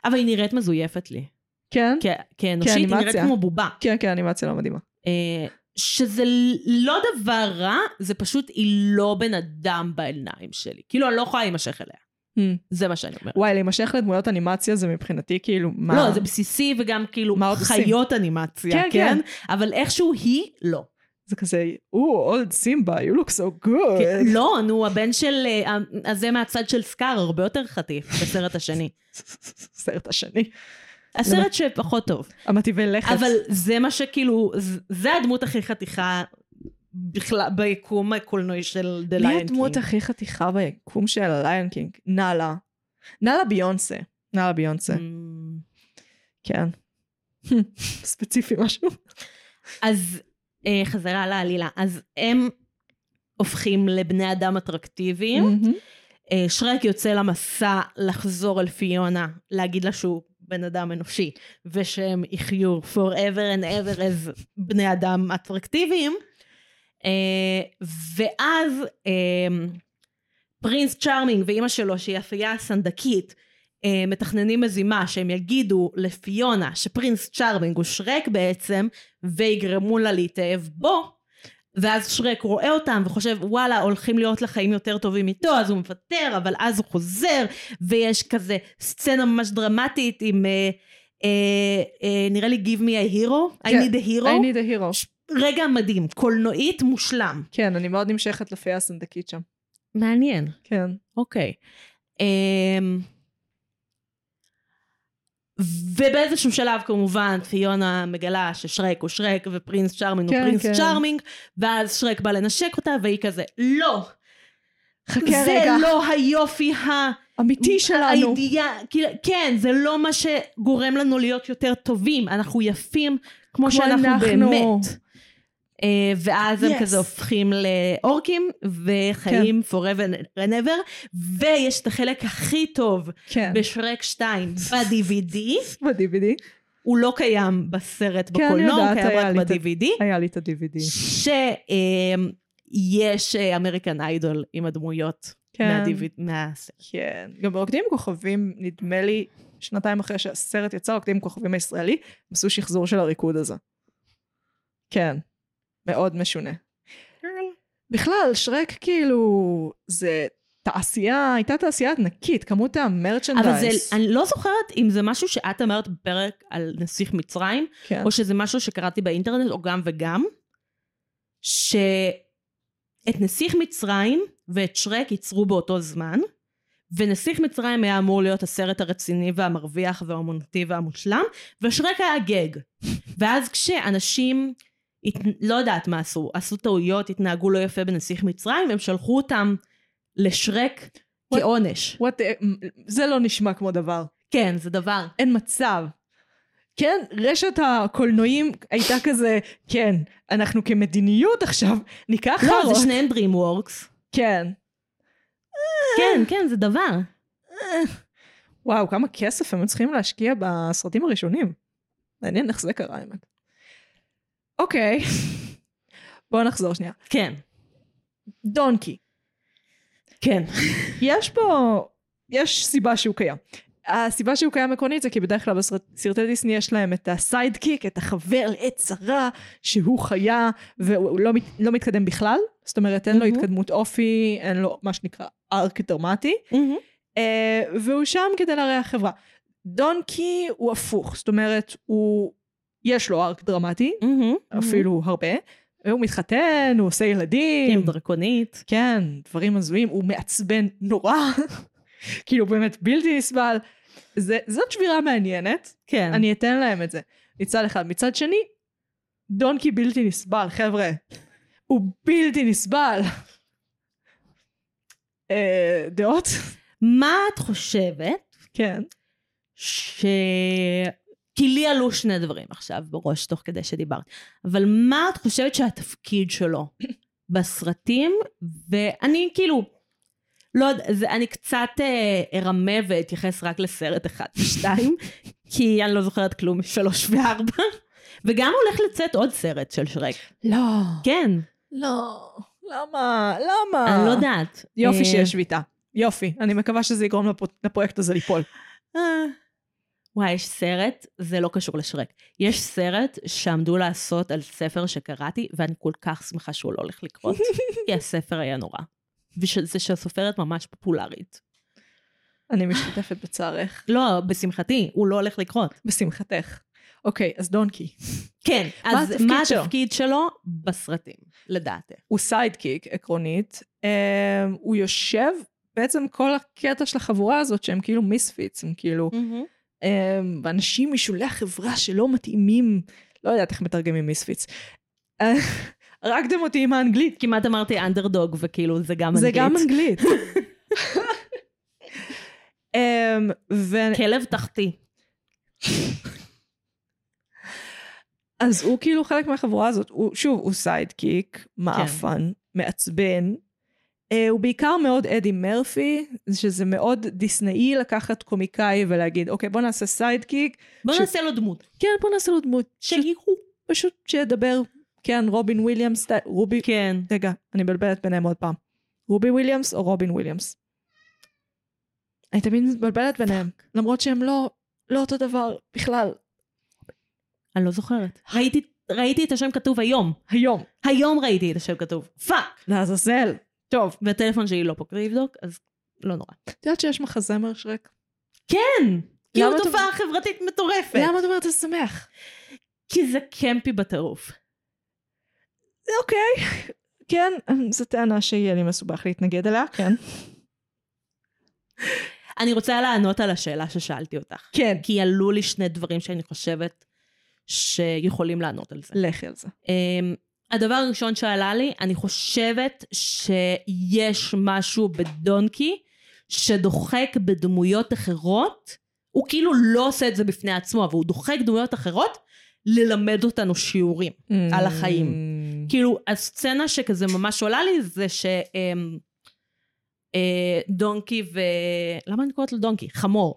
Speaker 2: אבל היא נראית מזויפת לי.
Speaker 1: כן?
Speaker 2: כ- כאנושית היא נראית
Speaker 1: כאנימציה.
Speaker 2: כמו בובה.
Speaker 1: כן, כן, האנימציה לא מדהימה.
Speaker 2: אה, שזה לא דבר רע, זה פשוט היא לא בן אדם בעיניים שלי. כאילו, אני לא יכולה להימשך אליה.
Speaker 1: Hmm.
Speaker 2: זה מה שאני אומרת.
Speaker 1: וואי, להימשך לדמויות אנימציה זה מבחינתי כאילו, מה...
Speaker 2: לא, זה בסיסי וגם כאילו
Speaker 1: מה עוד עושים?
Speaker 2: חיות אנימציה,
Speaker 1: כן,
Speaker 2: כן?
Speaker 1: כן. אה,
Speaker 2: אבל איכשהו היא, לא.
Speaker 1: זה כזה, או, אולד סימבה, you look so
Speaker 2: כן,
Speaker 1: good.
Speaker 2: לא, נו, הבן של... אה, הזה מהצד של סקאר הרבה יותר חטיף
Speaker 1: [laughs]
Speaker 2: בסרט השני.
Speaker 1: [laughs] סרט השני.
Speaker 2: הסרט שפחות טוב.
Speaker 1: המטבעי לכת.
Speaker 2: אבל זה מה שכאילו... ז- זה הדמות הכי חתיכה בכלל, ביקום הקולנועי של דה
Speaker 1: מי
Speaker 2: ליינקינג.
Speaker 1: הדמות הכי חתיכה ביקום של הליון קינג? נאלה. נאלה ביונסה. Hmm. נאלה ביונסה.
Speaker 2: Mm.
Speaker 1: כן. [laughs] ספציפי משהו.
Speaker 2: אז אה, חזרה לעלילה. אז הם הופכים לבני אדם אטרקטיביים.
Speaker 1: Mm. Mm-hmm.
Speaker 2: אה, שרק יוצא למסע לחזור אל פיונה, להגיד לה שהוא בן אדם אנושי, ושהם יחיו forever and ever as בני אדם אטרקטיביים. אה, ואז אה, פרינס צ'ארמינג ואימא שלו, שהיא אפייה סנדקית, אה, מתכננים מזימה שהם יגידו לפיונה שפרינס צ'ארמינג הוא שרק בעצם, ויגרמו לה להתאהב בו. ואז שרק רואה אותם וחושב וואלה הולכים להיות לחיים יותר טובים איתו אז הוא מוותר אבל אז הוא חוזר ויש כזה סצנה ממש דרמטית עם אה, אה, אה, נראה לי give me a hero I
Speaker 1: כן,
Speaker 2: need a hero
Speaker 1: I need a hero.
Speaker 2: רגע מדהים קולנועית מושלם
Speaker 1: כן, אני מאוד נמשכת לפייה הסנדקית שם.
Speaker 2: מעניין
Speaker 1: כן.
Speaker 2: אוקיי. אמ, ובאיזשהו שלב כמובן פיונה מגלה ששרק הוא שרק ופרינס צ'ארמינג
Speaker 1: כן,
Speaker 2: הוא פרינס
Speaker 1: כן.
Speaker 2: צ'ארמינג ואז שרק בא לנשק אותה והיא כזה לא
Speaker 1: חכה
Speaker 2: זה
Speaker 1: רגע.
Speaker 2: לא היופי ה...
Speaker 1: אמיתי שלנו.
Speaker 2: האידיאה, כאילו, כן, זה לא מה שגורם לנו להיות יותר טובים, אנחנו יפים כמו שאנחנו
Speaker 1: אנחנו.
Speaker 2: באמת. אה, ואז הם
Speaker 1: Yes. כן.
Speaker 2: כזה הופכים לאורקים וחיים forever and ever, ויש את החלק הכי טוב
Speaker 1: כן.
Speaker 2: בשרק 2 ב-DVD,
Speaker 1: ב-DVD.
Speaker 2: הוא לא קיים בסרט
Speaker 1: כן, אני
Speaker 2: בקולנוע, הוא
Speaker 1: יודעת,
Speaker 2: קיים
Speaker 1: היה
Speaker 2: רק
Speaker 1: לי את ה-
Speaker 2: ב-DVD.
Speaker 1: היה לי את ה-DVD.
Speaker 2: אה, שיש אמריקן איידול אה, עם הדמויות
Speaker 1: כן.
Speaker 2: מה-DVD, מהסרט.
Speaker 1: כן. גם רוקדים עם כוכבים, נדמה לי, שנתיים אחרי שהסרט יצא, רוקדים עם כוכבים הישראלי, עשו שחזור של הריקוד הזה. כן. מאוד משונה.
Speaker 2: כן.
Speaker 1: בכלל, שרק כאילו, זה תעשייה, הייתה תעשייה ענקית, כמות המרצ'נדייז.
Speaker 2: אבל זה, אני לא זוכרת אם זה משהו שאת אמרת בפרק על נסיך מצרים,
Speaker 1: כן.
Speaker 2: או שזה משהו שקראתי באינטרנט, או גם וגם, שאת נסיך מצרים ואת שרק ייצרו באותו זמן, ונסיך מצרים היה אמור להיות הסרט הרציני והמרוויח והאומנותי והמושלם, ושרק היה גג. ואז כשאנשים, הת... לא יודעת מה עשו, עשו טעויות, התנהגו לא יפה בנסיך מצרים, הם שלחו אותם לשרק
Speaker 1: What?
Speaker 2: כעונש.
Speaker 1: What the- זה לא נשמע כמו דבר.
Speaker 2: כן, זה דבר.
Speaker 1: אין מצב. כן, רשת הקולנועים הייתה כזה, כן, אנחנו כמדיניות עכשיו ניקח
Speaker 2: לא,
Speaker 1: חרות.
Speaker 2: זה שניהם DreamWorks.
Speaker 1: כן.
Speaker 2: כן, כן, זה דבר.
Speaker 1: וואו, כמה כסף הם היו צריכים להשקיע בסרטים הראשונים. מעניין איך זה קרה, האמת. אוקיי, בואו נחזור שנייה.
Speaker 2: כן.
Speaker 1: דונקי.
Speaker 2: כן.
Speaker 1: יש פה, יש סיבה שהוא קיים. הסיבה שהוא קיים עקרונית זה כי בדרך כלל בסרטי דיסני יש להם את הסיידקיק, את החבר לעת צרה, שהוא חיה והוא לא, מת, לא מתקדם בכלל. זאת אומרת, אין לו
Speaker 2: מהמם.
Speaker 1: התקדמות אופי, אין לו מה שנקרא ארק דרמטי. אה, והוא שם כדי לארח חברה. דונקי הוא הפוך, זאת אומרת, הוא, יש לו ארק דרמטי, אפילו הרבה. הוא מתחתן, הוא עושה ילדים.
Speaker 2: עם כן, דרקונית.
Speaker 1: כן, דברים הזויים, הוא מעצבן נורא, כאילו באמת בלתי נסבל. זה, זאת שבירה מעניינת,
Speaker 2: כן.
Speaker 1: אני אתן להם את זה. מצד אחד. מצד שני, דונקי בלתי נסבל, חבר'ה. הוא בלתי נסבל. אה, דעות? [laughs]
Speaker 2: מה את חושבת
Speaker 1: כן.
Speaker 2: ש... כי לי עלו שני דברים עכשיו בראש תוך כדי שדיברת. אבל מה את חושבת שהתפקיד [coughs] שלו בסרטים? ואני כאילו... לא יודע, זה- אני קצת אה, ארמה ואתייחס רק לסרט אחד [laughs] ושתיים, כי אני לא זוכרת כלום משלוש וארבע. וגם הולך לצאת עוד סרט של שרק.
Speaker 1: לא.
Speaker 2: כן,
Speaker 1: לא. למה? למה?
Speaker 2: אני לא יודעת.
Speaker 1: יופי
Speaker 2: אה,
Speaker 1: שיש שביתה. יופי. אני מקווה שזה יגרום לפרו- לפרויקט הזה ליפול.
Speaker 2: אה. וואי, יש סרט, זה לא קשור לשרק. יש סרט שעמדו לעשות על ספר שקראתי, ואני כל כך שמחה שהוא לא הולך
Speaker 1: [laughs]
Speaker 2: לקרות, כי הספר היה נורא. וזה שהסופרת ממש פופולרית.
Speaker 1: אני משתתפת בצערך.
Speaker 2: לא, בשמחתי, הוא לא הולך לקרות.
Speaker 1: בשמחתך. אוקיי, אז דונקי.
Speaker 2: כן,
Speaker 1: מה
Speaker 2: אז
Speaker 1: התפקיד
Speaker 2: מה
Speaker 1: שלו?
Speaker 2: התפקיד שלו בסרטים, לדעתך?
Speaker 1: הוא סיידקיק עקרונית, אמ, הוא יושב, בעצם כל הקטע של החבורה הזאת שהם כאילו מיספיץ, הם כאילו
Speaker 2: Mm.
Speaker 1: אמ, אנשים משולי החברה שלא מתאימים, לא יודעת איך מתרגמים מיספיץ. אה, הרגתם אותי עם האנגלית,
Speaker 2: כמעט אמרתי אנדרדוג, וכאילו זה גם
Speaker 1: זה
Speaker 2: אנגלית.
Speaker 1: גם אנגלית. אמ, ו-
Speaker 2: כלב תחתי.
Speaker 1: אז הוא כאילו חלק מהחבורה הזאת. הוא, שוב, הוא סיידקיק, מעפן, מעצבן. אה, הוא בעיקר מאוד אדי מרפי, שזה מאוד דיסנאי לקחת קומיקאי ולהגיד, אוקיי, בוא נעשה סיידקיק.
Speaker 2: בוא
Speaker 1: ש-
Speaker 2: נעשה לו דמות.
Speaker 1: כן, בוא נעשה לו דמות.
Speaker 2: שהיא הוא.
Speaker 1: פשוט שידבר, כן, רובין וויליאמס, סטי- רובי...
Speaker 2: כן.
Speaker 1: רגע, אני מבלבלת ביניהם עוד פעם. רובי וויליאמס או רובין וויליאמס? אני תמיד מתבלבלת ביניהם, למרות שהם לא, לא אותו דבר בכלל.
Speaker 2: אני לא זוכרת. ראיתי, ראיתי את השם כתוב היום.
Speaker 1: היום,
Speaker 2: היום ראיתי את השם כתוב. פאק!
Speaker 1: לעזאזל. טוב,
Speaker 2: והטלפון שלי לא פה כדי לבדוק, אז לא נורא.
Speaker 1: את יודעת שיש מחזמר שרק?
Speaker 2: כן! כי הוא
Speaker 1: למה אתה-
Speaker 2: תופעה חברתית מטורפת.
Speaker 1: למה את אומרת זה שמח?
Speaker 2: כי זה קמפי בטירוף.
Speaker 1: אוקיי. כן, זו טענה שיהיה לי מסובך להתנגד אליה, כן.
Speaker 2: אני רוצה לענות על השאלה ששאלתי אותך.
Speaker 1: כן.
Speaker 2: כי עלו לי שני דברים שאני חושבת שיכולים לענות על זה.
Speaker 1: לכי על זה.
Speaker 2: אמ, הדבר הראשון שעלה לי, אני חושבת שיש משהו בדונקי שדוחק בדמויות אחרות, הוא כאילו לא עושה את זה בפני עצמו, אבל הוא דוחק דמויות אחרות ללמד אותנו שיעורים
Speaker 1: Mm.
Speaker 2: על החיים. כאילו, הסצנה שכזה ממש עולה לי זה ש... אמ, אה, דונקי ו... למה אני קוראת לו דונקי? חמור.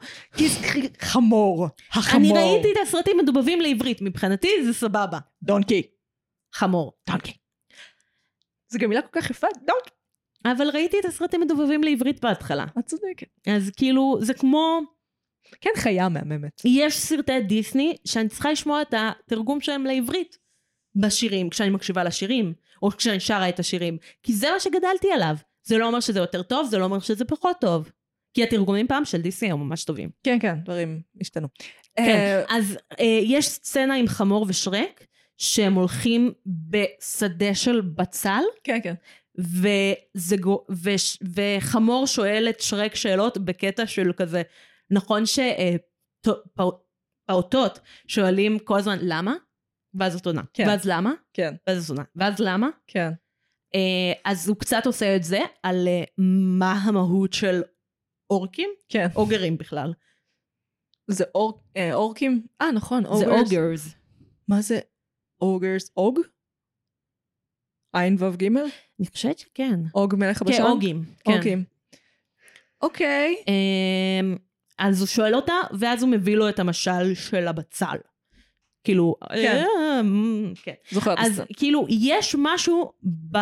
Speaker 1: חמור. החמור.
Speaker 2: אני ראיתי את הסרטים מדובבים לעברית, מבחינתי זה סבבה.
Speaker 1: דונקי.
Speaker 2: חמור. דונקי.
Speaker 1: זו גם מילה כל כך יפה, דונקי.
Speaker 2: אבל ראיתי את הסרטים מדובבים לעברית בהתחלה.
Speaker 1: את צודקת.
Speaker 2: אז כאילו, זה כמו,
Speaker 1: כן, חיה מהממת.
Speaker 2: יש סרטי דיסני שאני צריכה לשמוע את התרגום שלהם לעברית בשירים, כשאני מקשיבה לשירים, או כשאני שרה את השירים, כי זה מה שגדלתי עליו. זה לא אומר שזה יותר טוב, זה לא אומר שזה פחות טוב. כי התרגומים פעם של דיסני היו ממש טובים.
Speaker 1: כן, כן, דברים השתנו.
Speaker 2: כן,
Speaker 1: אה,
Speaker 2: אז אה, יש סצנה עם חמור ושרק, שהם הולכים בשדה של בצל,
Speaker 1: כן, כן.
Speaker 2: וזה גו, וש, וחמור שואל את שרק שאלות בקטע של כזה, נכון שפעוטות שואלים כל הזמן למה, ואז את עונה,
Speaker 1: כן.
Speaker 2: ואז למה,
Speaker 1: כן,
Speaker 2: ואז את עונה, ואז למה,
Speaker 1: כן.
Speaker 2: אה, אז הוא קצת עושה את זה על אה, מה המהות של אורקים,
Speaker 1: כן.
Speaker 2: אוגרים בכלל,
Speaker 1: זה אור- אה, אורקים? אה, נכון,
Speaker 2: זה
Speaker 1: אוגרס.
Speaker 2: אוגרס.
Speaker 1: מה זה אוגרס? אוג? עין וו גימל?
Speaker 2: אני חושבת שכן.
Speaker 1: אוג מלך הבשן?
Speaker 2: כן, אוגים. כן.
Speaker 1: אוקיי. אוקיי.
Speaker 2: אמ, אז הוא שואל אותה, ואז הוא מביא לו את המשל של הבצל. כאילו,
Speaker 1: כן. לא,
Speaker 2: אה, אמ, כן.
Speaker 1: זוכרת
Speaker 2: אז כאילו, יש משהו ב...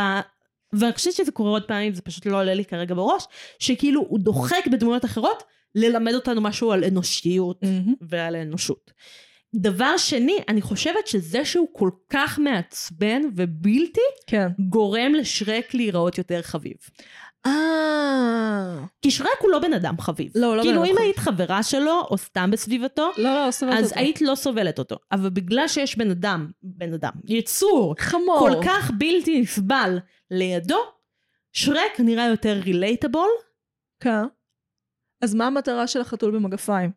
Speaker 2: ואני חושבת שזה קורה עוד פעמים, זה פשוט לא עולה לי כרגע בראש, שכאילו הוא דוחק בדמויות אחרות ללמד אותנו משהו על אנושיות ועל האנושות. דבר שני, אני חושבת שזה שהוא כל כך מעצבן ובלתי,
Speaker 1: כן.
Speaker 2: גורם לשרק להיראות יותר חביב.
Speaker 1: אה...
Speaker 2: כי שרק הוא לא בן אדם חביב.
Speaker 1: לא, לא בן
Speaker 2: כאילו
Speaker 1: אדם
Speaker 2: אם
Speaker 1: חביב.
Speaker 2: היית חברה שלו, או סתם בסביבתו,
Speaker 1: לא, לא, סבבה.
Speaker 2: אז היית לא סובלת אותו. אבל בגלל שיש בן אדם, בן אדם, יצור,
Speaker 1: חמור.
Speaker 2: כל כך בלתי נסבל לידו, שרק נראה יותר רילייטבול.
Speaker 1: כן. אז מה המטרה של החתול במגפיים?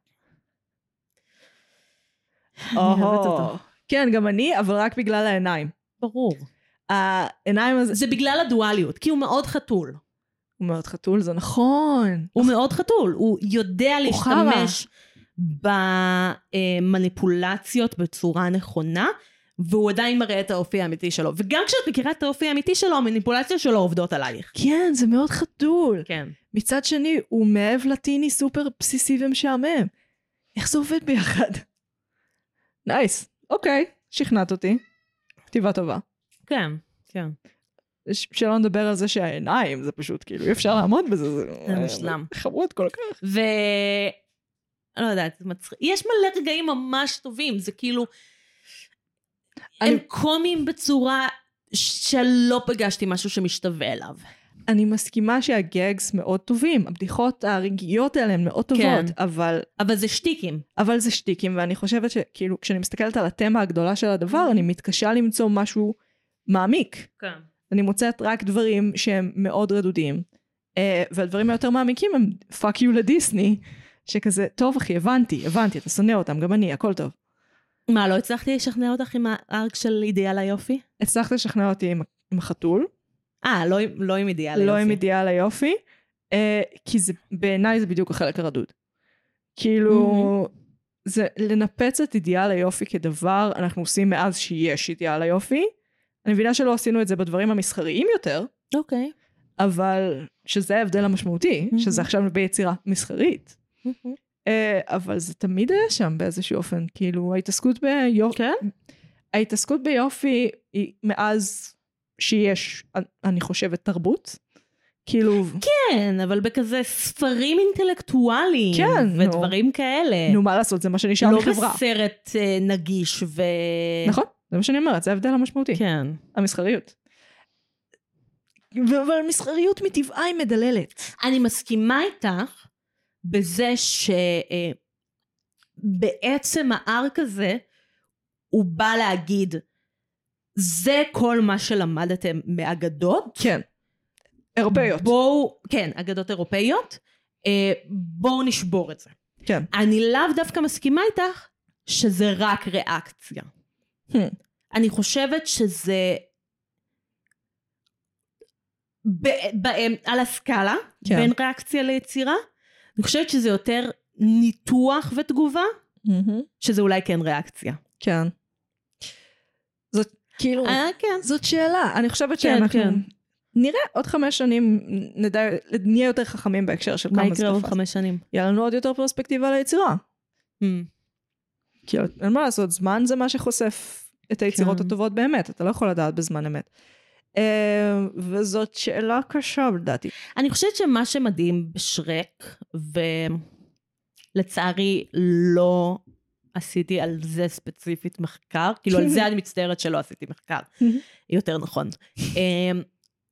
Speaker 2: אני אוהבת אותו.
Speaker 1: כן, גם אני, אבל רק בגלל העיניים.
Speaker 2: ברור.
Speaker 1: העיניים הזה...
Speaker 2: זה בגלל הדואליות, כי הוא מאוד חתול.
Speaker 1: הוא מאוד חתול, זה נכון.
Speaker 2: הוא מאוד חתול, הוא יודע
Speaker 1: הוא חרא.
Speaker 2: להשתמש במניפולציות בצורה נכונה, והוא עדיין מראה את האופי האמיתי שלו. וגם כשאת מכירה את האופי האמיתי שלו, המניפולציות שלו עובדות עלייך.
Speaker 1: כן, זה מאוד חתול.
Speaker 2: כן.
Speaker 1: מצד שני, הוא מאב לטיני סופר בסיסי ומשעמם. איך זה עובד ביחד? [laughs] נייס. אוקיי, שכנעת אותי. כתיבה טובה.
Speaker 2: כן, כן.
Speaker 1: ש- שלא נדבר על זה שהעיניים, זה פשוט כאילו, אי אפשר לעמוד בזה. זה אה,
Speaker 2: זה מושלם.
Speaker 1: חמוד כל כך.
Speaker 2: ו... לא יודעת, זה מצחיק. יש מלא רגעים ממש טובים, זה כאילו...
Speaker 1: אני-
Speaker 2: הם קומיים בצורה שלא פגשתי משהו שמשתווה אליו.
Speaker 1: אני מסכימה שהגגס מאוד טובים, הבדיחות הרגעיות האלה הן מאוד טובות,
Speaker 2: כן.
Speaker 1: אבל,
Speaker 2: אבל זה שטיקים.
Speaker 1: אבל זה שטיקים, ואני חושבת שכאילו, כשאני מסתכלת על התמה הגדולה של הדבר,
Speaker 2: Mm.
Speaker 1: אני מתקשה למצוא משהו מעמיק.
Speaker 2: כן.
Speaker 1: אני מוצאת רק דברים שהם מאוד רדודים, אה, והדברים היותר מעמיקים הם פאק יו לדיסני, שכזה, טוב אחי, הבנתי, הבנתי, אתה שונא אותם, גם אני, הכל טוב.
Speaker 2: מה, לא הצלחתי לשכנע אותך עם הארק של אידיאל היופי?
Speaker 1: הצלחת לשכנע אותי עם, עם החתול,
Speaker 2: אה, לא, עם- לא עם אידיאל היופי.
Speaker 1: לא עם אידיאל היופי, אה, כי זה, בעיניי זה בדיוק החלק הרדוד. כאילו, זה לנפץ את אידיאל היופי כדבר אנחנו עושים מאז שיש אידיאל היופי. אני מבינה שלא עשינו את זה בדברים המסחריים יותר,
Speaker 2: אוקיי.
Speaker 1: אבל שזה ההבדל המשמעותי,
Speaker 2: Mhm.
Speaker 1: שזה עכשיו ביצירה מסחרית. אה, אבל זה תמיד היה שם באיזשהו אופן, כאילו ההתעסקות ביופי,
Speaker 2: כן?
Speaker 1: ההתעסקות ביופי היא מאז שיש, אני חושבת, תרבות. כאילו,
Speaker 2: כן, אבל בכזה ספרים אינטלקטואליים.
Speaker 1: כן, נו.
Speaker 2: ודברים כאלה.
Speaker 1: נו מה לעשות, זה מה שנשאר
Speaker 2: כן. לא
Speaker 1: מחברה.
Speaker 2: בסרט אה, נגיש ו...
Speaker 1: נכון, זה מה שאני אומרת, זה ההבדל המשמעותי.
Speaker 2: כן.
Speaker 1: המסחריות. ו- אבל מסחריות מטבעה היא מדללת.
Speaker 2: אני מסכימה איתך בזה שבעצם הארק הזה הוא בא להגיד זה כל מה שלמדתם מאגדות.
Speaker 1: כן. אירופאיות.
Speaker 2: בואו, כן, אגדות אירופאיות. אה, בואו נשבור את זה.
Speaker 1: כן.
Speaker 2: אני לאו דווקא מסכימה איתך שזה רק ריאקציה.
Speaker 1: Hmm.
Speaker 2: אני חושבת שזה... ב... ב... על הסקאלה,
Speaker 1: כן.
Speaker 2: כן. בין ריאקציה ליצירה, אני חושבת שזה יותר ניתוח ותגובה,
Speaker 1: מהמם.
Speaker 2: שזה אולי כן ריאקציה.
Speaker 1: כן. זאת כאילו...
Speaker 2: אה, כן.
Speaker 1: זאת שאלה. אני חושבת
Speaker 2: כן,
Speaker 1: שאנחנו...
Speaker 2: כן.
Speaker 1: נראה עוד חמש שנים, נדע, נהיה יותר חכמים בהקשר של
Speaker 2: מה
Speaker 1: כמה זה
Speaker 2: יקרה עוד
Speaker 1: תפס.
Speaker 2: חמש שנים? Hmm.
Speaker 1: יהיה לנו עוד יותר פרספקטיבה ליצירה. כי אין מה לעשות, זמן זה מה שחושף את היצירות
Speaker 2: כן.
Speaker 1: הטובות באמת, אתה לא יכול לדעת בזמן אמת. אה, וזאת שאלה קשה לדעתי.
Speaker 2: אני חושבת שמה שמדהים בשרק, ולצערי לא עשיתי על זה ספציפית מחקר, כאילו על זה אני מצטערת שלא עשיתי מחקר, יותר נכון. אמ,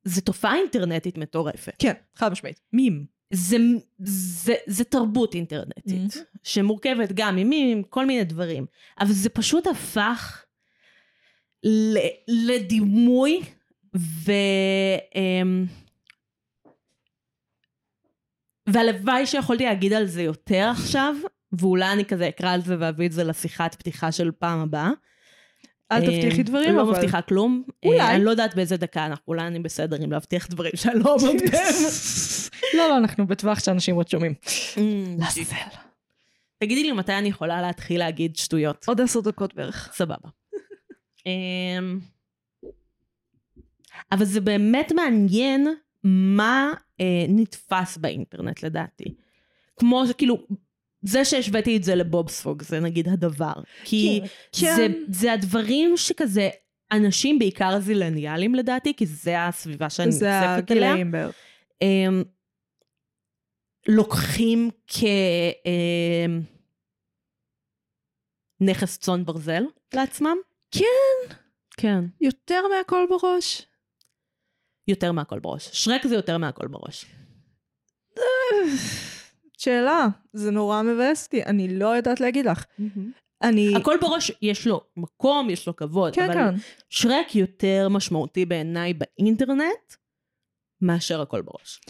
Speaker 2: זה תופעה אינטרנטית מטורפת.
Speaker 1: כן, חד משמעית. מים.
Speaker 2: זה, זה, זה תרבות אינטרנטית,
Speaker 1: Mhm.
Speaker 2: שמורכבת גם ממים, כל מיני דברים, אבל זה פשוט הפך ל, לדימוי ו... אמ, והלוואי שיכולתי להגיד על זה יותר עכשיו, ואולי אני כזה אקרא על זה ואביא את זה לשיחת פתיחה של פעם הבאה.
Speaker 1: אל
Speaker 2: אמ,
Speaker 1: תבטיחי דברים,
Speaker 2: לא
Speaker 1: אבל...
Speaker 2: מבטיחה כלום.
Speaker 1: אולי.
Speaker 2: אה, אני לא יודעת באיזה דקה אנחנו, אולי אני בסדר אם להבטיח דברים שאני
Speaker 1: [laughs]
Speaker 2: לא מבטיח.
Speaker 1: [laughs] לא, לא, אנחנו בטווח שאנשים עוד
Speaker 2: [laughs]
Speaker 1: שומעים.
Speaker 2: אמ, תגידי לי מתי אני יכולה להתחיל להגיד שטויות.
Speaker 1: עוד עשר דקות בערך.
Speaker 2: סבבה. אמ, אבל זה באמת מעניין מה אה, נתפס באינטרנט לדעתי. כמו שכאילו, זה שהשוויתי את זה לבובספוג זה נגיד הדבר. כי
Speaker 1: כן.
Speaker 2: זה, זה הדברים שכזה, אנשים בעיקר זילניאלים לדעתי, כי זה הסביבה שאני
Speaker 1: זה
Speaker 2: נחשפת אליה.
Speaker 1: הגילאים בערך.
Speaker 2: אמ, לוקחים כנכס צאן ברזל לעצמם. כן. כן.
Speaker 1: יותר מהכל בראש.
Speaker 2: יותר מהכל בראש. שרק זה יותר מהכל בראש.
Speaker 1: שאלה, זה נורא מבאס אותי, אני לא יודעת להגיד לך. אני...
Speaker 2: הכל בראש, יש לו מקום, יש לו כבוד,
Speaker 1: כן,
Speaker 2: אבל
Speaker 1: כן.
Speaker 2: שרק יותר משמעותי בעיניי באינטרנט מאשר הכל בראש.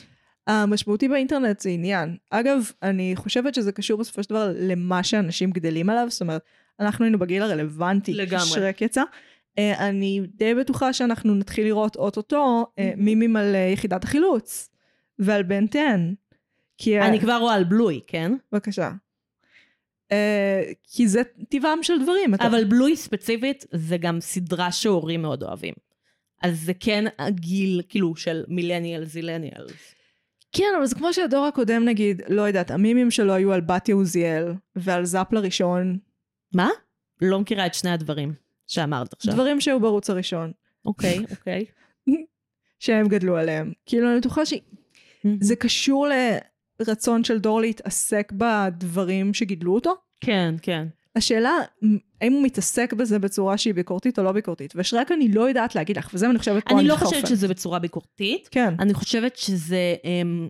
Speaker 1: המשמעותי באינטרנט זה עניין. אגב, אני חושבת שזה קשור בסופו של דבר למה שאנשים גדלים עליו, זאת אומרת, אנחנו היינו בגיל הרלוונטי,
Speaker 2: לגמרי.
Speaker 1: שרק יצא. אה, אני די בטוחה שאנחנו נתחיל לראות אוטוטו אה, מימים על אה, יחידת החילוץ ועל בן 10. כי... ה-
Speaker 2: אני כבר רואה על בלוי, כן?
Speaker 1: בבקשה. אה, כי זה טבעם של דברים. אתה-
Speaker 2: אבל בלוי ספציפית זה גם סדרה שהורים מאוד אוהבים. אז זה כן הגיל, כאילו, של מילניאל זילניאל.
Speaker 1: כן, אבל זה כמו שהדור הקודם, נגיד, לא יודעת, המימים שלו היו על בת יעוזיאל ועל זאפ לראשון,
Speaker 2: מה? לא מכירה את שני הדברים שאמרת עכשיו.
Speaker 1: דברים שהיו בערוץ הראשון.
Speaker 2: אוקיי, אוקיי.
Speaker 1: שהם גדלו עליהם. כאילו, אני בטוחה שזה
Speaker 2: Mm-hmm.
Speaker 1: קשור לרצון של דור להתעסק בדברים שגידלו אותו.
Speaker 2: כן, כן.
Speaker 1: השאלה, מ- האם הוא מתעסק בזה בצורה שהיא ביקורתית או לא ביקורתית? ושרק אני לא יודעת להגיד לך, וזה אני חושבת פה
Speaker 2: אני לא
Speaker 1: מתחרפנת.
Speaker 2: חושבת שזה בצורה ביקורתית.
Speaker 1: כן.
Speaker 2: אני חושבת שזה... אמ,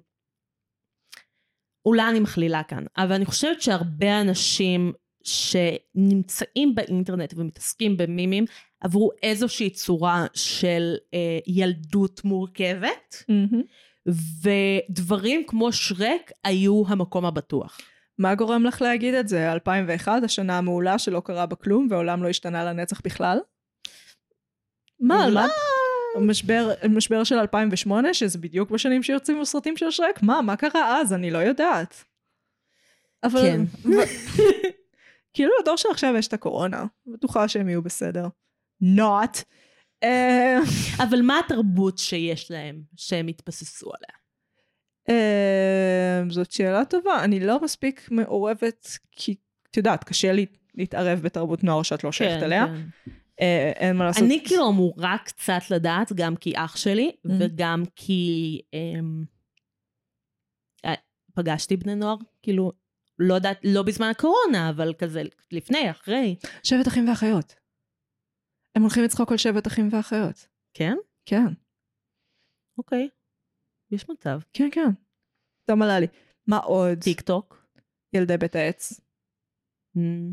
Speaker 2: אולי אני מכלילה כאן, אבל אני חושבת שהרבה אנשים שנמצאים באינטרנט ומתעסקים במימים עברו איזושהי צורה של אה, ילדות מורכבת,
Speaker 1: מהמם.
Speaker 2: ודברים כמו שרק היו המקום הבטוח.
Speaker 1: מה גורם לך להגיד את זה? 2001, השנה המעולה שלא קרה בה כלום והעולם לא השתנה לנצח בכלל? מה, על מה? המשבר, המשבר של 2008, שזה בדיוק בשנים שיוצאים הסרטים של שרק? מה, מה קרה אז? אני לא יודעת. אבל...
Speaker 2: כן.
Speaker 1: ו- [laughs] כאילו לדור שעכשיו יש את הקורונה, בטוחה שהם יהיו בסדר. not. אה,
Speaker 2: אבל מה התרבות שיש להם, שהם התבססו עליה?
Speaker 1: אה, זאת שאלה טובה, אני לא מספיק מעורבת, כי את יודעת, קשה לי להתערב בתרבות נוער שאת לא
Speaker 2: כן,
Speaker 1: שייכת עליה. אה, אין מה לעשות.
Speaker 2: אני כאילו אמורה קצת לדעת, גם כי אח שלי,
Speaker 1: Mm-hmm.
Speaker 2: וגם כי אמ, אה, פגשתי בני נוער, כאילו, לא יודעת, לא בזמן הקורונה, אבל כזה לפני, אחרי.
Speaker 1: שבט אחים ואחיות. הם הולכים לצחוק על שבט אחים ואחיות.
Speaker 2: כן?
Speaker 1: כן,
Speaker 2: אוקיי. יש מצב.
Speaker 1: כן, כן. סתם עלה לי. מה עוד?
Speaker 2: טיק טוק.
Speaker 1: ילדי בית העץ.
Speaker 2: אמ,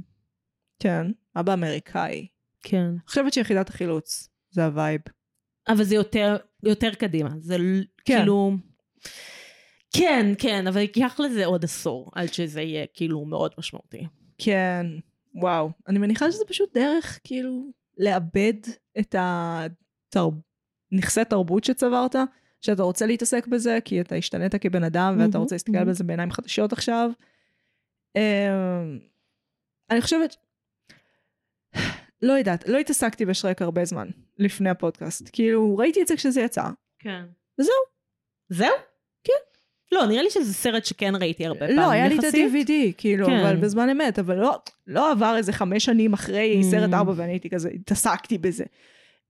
Speaker 1: כן. אבא אמריקאי.
Speaker 2: כן.
Speaker 1: אני חושבת שיחידת החילוץ. זה הווייב.
Speaker 2: אבל זה יותר, יותר קדימה. זה כן.
Speaker 1: כן.
Speaker 2: כאילו... כן, כן, אבל ייקח לזה עוד עשור עד שזה יהיה כאילו מאוד משמעותי.
Speaker 1: כן, וואו. אני מניחה שזה פשוט דרך, כאילו, לאבד את התרב... נכסי תרבות שצברת, שאתה רוצה להתעסק בזה, כי אתה השתנית כבן אדם, ואתה
Speaker 2: מהמם,
Speaker 1: רוצה להסתכל
Speaker 2: מהמם.
Speaker 1: בזה בעיניים חדשות עכשיו. אמ, אני חושבת... לא יודעת, לא התעסקתי בשרק הרבה זמן לפני הפודקאסט. כאילו, ראיתי את זה כשזה יצא.
Speaker 2: כן.
Speaker 1: וזהו.
Speaker 2: זהו? כן. לא, נראה לי שזה סרט שכן ראיתי הרבה פעמים
Speaker 1: לא, היה לי את
Speaker 2: יחסית.
Speaker 1: ה-DVD, כאילו,
Speaker 2: כן.
Speaker 1: אבל בזמן אמת, אבל לא, לא עבר איזה חמש שנים אחרי
Speaker 2: Mm.
Speaker 1: סרט ארבע ואני הייתי כזה, התעסקתי בזה.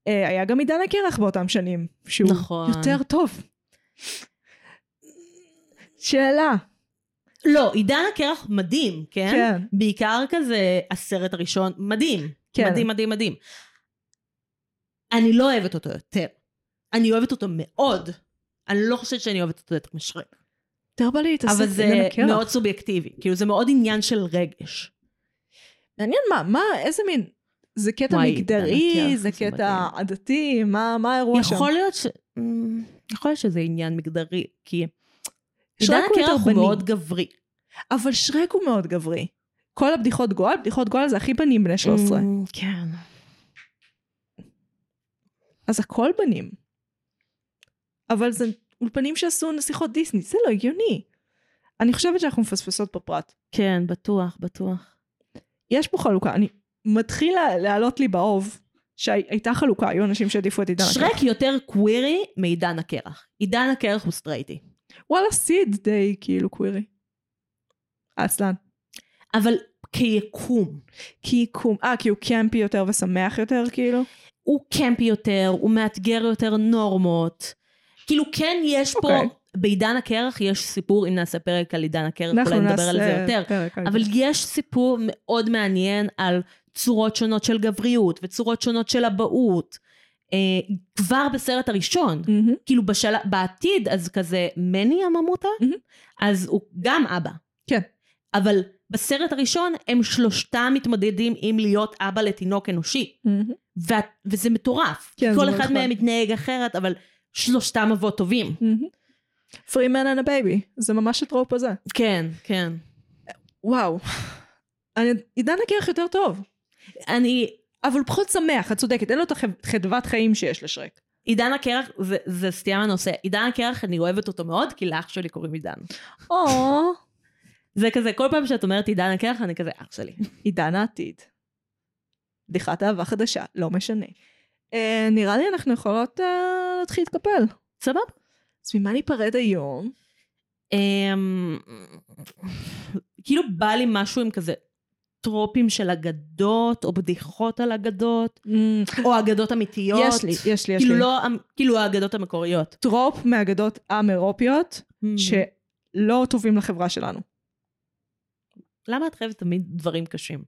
Speaker 1: אה, היה גם עידן הקרח באותם שנים, שהוא
Speaker 2: נכון.
Speaker 1: יותר טוב. שאלה,
Speaker 2: לא, עידן הקרח מדהים, כן?
Speaker 1: כן.
Speaker 2: בעיקר כזה הסרט הראשון, מדהים.
Speaker 1: כן.
Speaker 2: מדהים, מדהים, מדהים. אני לא אוהבת אותו יותר. אני אוהבת אותו מאוד. אני לא חושבת שאני אוהבת אותו יותר משרק.
Speaker 1: יותר בא לי להתעסק
Speaker 2: אבל
Speaker 1: בעידן
Speaker 2: זה
Speaker 1: הקרח.
Speaker 2: מאוד סובייקטיבי. כאילו, זה מאוד עניין של רגש.
Speaker 1: מעניין מה, מה, איזה מין, זה קטע
Speaker 2: וואי, עידן
Speaker 1: מגדרי,
Speaker 2: הקרח,
Speaker 1: זה
Speaker 2: זה
Speaker 1: קטע
Speaker 2: מדהים.
Speaker 1: עדתי, מה מה האירוע שם?
Speaker 2: יכול להיות ש... אמ, יכול להיות שזה עניין מגדרי, כי...
Speaker 1: שרק
Speaker 2: עידן
Speaker 1: הוא יותר
Speaker 2: הקרח הוא
Speaker 1: בני.
Speaker 2: מאוד גברי.
Speaker 1: אבל שרק הוא מאוד גברי. כל הבדיחות גועל, בדיחות גועל זה הכי בנים בני 13.
Speaker 2: אמ, כן.
Speaker 1: אז הכל בנים. אבל זה אולפנים שעשו נסיכות דיסני, זה לא הגיוני. אני חושבת שאנחנו מפספסות פה פרט.
Speaker 2: כן, בטוח, בטוח.
Speaker 1: יש פה חלוקה, אני מתחיל לה- להעלות לי באוב שהייתה חלוקה, היו אנשים שהעדיפו את עידן
Speaker 2: שרק יותר קווירי מעידן הקרח. עידן הקרח הוא סטרייטי.
Speaker 1: וואלה, סיד די כאילו קווירי. עצלן.
Speaker 2: אבל כיקום.
Speaker 1: כי קום, אה, כי הוא קמפי יותר ושמח יותר, כאילו?
Speaker 2: הוא קמפי יותר, הוא מאתגר יותר נורמות. כאילו כן יש פה,
Speaker 1: אוקיי.
Speaker 2: בעידן הקרח יש סיפור, אם נעשה פרק על עידן הקרח,
Speaker 1: אנחנו
Speaker 2: אולי נדבר
Speaker 1: נעשה
Speaker 2: על זה יותר.
Speaker 1: פרק על
Speaker 2: אבל
Speaker 1: זה.
Speaker 2: יש סיפור מאוד מעניין על צורות שונות של גבריות וצורות שונות של אבהות. אה, כבר בסרט הראשון,
Speaker 1: מהמם.
Speaker 2: כאילו בשל... בעתיד, אז כזה מני הממותה,
Speaker 1: מהמם.
Speaker 2: אז הוא גם אבא.
Speaker 1: כן.
Speaker 2: אבל בסרט הראשון הם שלושתם מתמודדים עם להיות אבא לתינוק אנושי.
Speaker 1: מהמם.
Speaker 2: וה- וזה מטורף.
Speaker 1: כן, זה
Speaker 2: כל
Speaker 1: מאוד
Speaker 2: אחד
Speaker 1: נחמד.
Speaker 2: מהם מתנהג אחרת, אבל שלושתם אבות טובים.
Speaker 1: מהמם. Free man and a baby, זה ממש הטרופ הזה.
Speaker 2: כן, כן.
Speaker 1: וואו. אני, עידן הקרח יותר טוב.
Speaker 2: אני...
Speaker 1: אבל הוא פחות שמח, את צודקת, אין לו את החד- חדוות חיים שיש לשרק.
Speaker 2: עידן הקרח, זה, זה סטייה מהנושא, עידן הקרח אני אוהבת אותו מאוד, כי לאח שלי קוראים עידן.
Speaker 1: או,
Speaker 2: זה כזה, כל פעם שאת אומרת עידן הקרח, אני כזה אח שלי.
Speaker 1: עידן העתיד. בדיחת אהבה חדשה, לא משנה. אה, נראה לי אנחנו יכולות אה, להתחיל להתקפל.
Speaker 2: סבבה.
Speaker 1: אז ממה ניפרד היום?
Speaker 2: אמ, כאילו בא לי משהו עם כזה טרופים של אגדות, או בדיחות על אגדות, או אגדות אמיתיות.
Speaker 1: יש לי, יש לי, יש
Speaker 2: Mm, כאילו
Speaker 1: לי.
Speaker 2: לא, אמ- כאילו האגדות המקוריות.
Speaker 1: טרופ מאגדות עם אירופיות
Speaker 2: Mm.
Speaker 1: שלא טובים לחברה שלנו.
Speaker 2: למה את חייבת תמיד דברים קשים?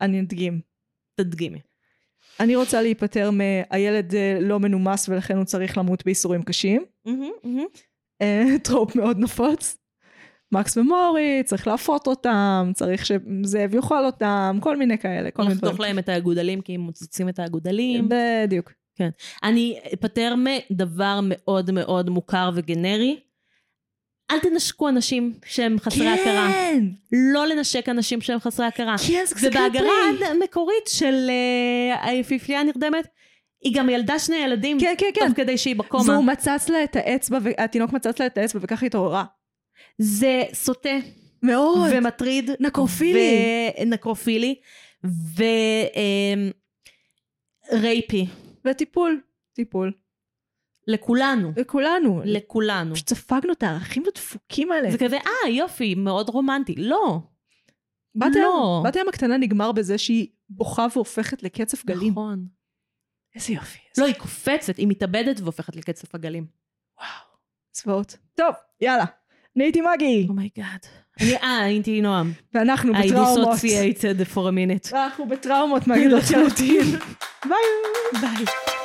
Speaker 1: אני אדגים.
Speaker 2: תדגימי.
Speaker 1: אני רוצה להיפטר מהילד אה, לא מנומס ולכן הוא צריך למות בייסורים קשים. אה, טרופ מאוד נפוץ. מקס ומורי, צריך להפות אותם, צריך שזאב יאכל אותם, כל מיני כאלה, כל מיני
Speaker 2: לחתוך להם את האגודלים כי הם מוצצים את האגודלים.
Speaker 1: כן. בדיוק.
Speaker 2: אני אפטר מדבר מאוד מאוד מוכר וגנרי. אל תנשקו אנשים שהם חסרי הכרה. לא לנשק אנשים שהם חסרי הכרה.
Speaker 1: כן, זה
Speaker 2: זה בהגרה המקורית של אה, היפיפייה הנרדמת. היא גם ילדה שני ילדים.
Speaker 1: כן, כן, כן.
Speaker 2: תוך כדי שהיא בקומה.
Speaker 1: והוא מצץ לה את האצבע, והתינוק מצץ לה את האצבע וככה היא התעוררה.
Speaker 2: זה סוטה.
Speaker 1: מאוד.
Speaker 2: ומטריד.
Speaker 1: נקרופילי.
Speaker 2: ונקרופילי. ורייפי.
Speaker 1: וטיפול. טיפול.
Speaker 2: לכולנו.
Speaker 1: לכולנו.
Speaker 2: לכולנו.
Speaker 1: פשוט ספגנו את הערכים הדפוקים האלה.
Speaker 2: זה כזה, אה, יופי, מאוד רומנטי. לא.
Speaker 1: בת
Speaker 2: לא.
Speaker 1: הים- בת הים הקטנה נגמר בזה שהיא בוכה והופכת לקצף גלים.
Speaker 2: נכון.
Speaker 1: איזה יופי.
Speaker 2: לא, היא קופצת, היא מתאבדת והופכת לקצף הגלים.
Speaker 1: צבאות. טוב, יאללה. אני הייתי מגי.
Speaker 2: אומייגאד. אני, אה, הייתי נועם.
Speaker 1: ואנחנו
Speaker 2: I
Speaker 1: בטראומות.
Speaker 2: dissociated for a minute.
Speaker 1: אנחנו בטראומות מהגדות של הוטין. ביי.
Speaker 2: ביי.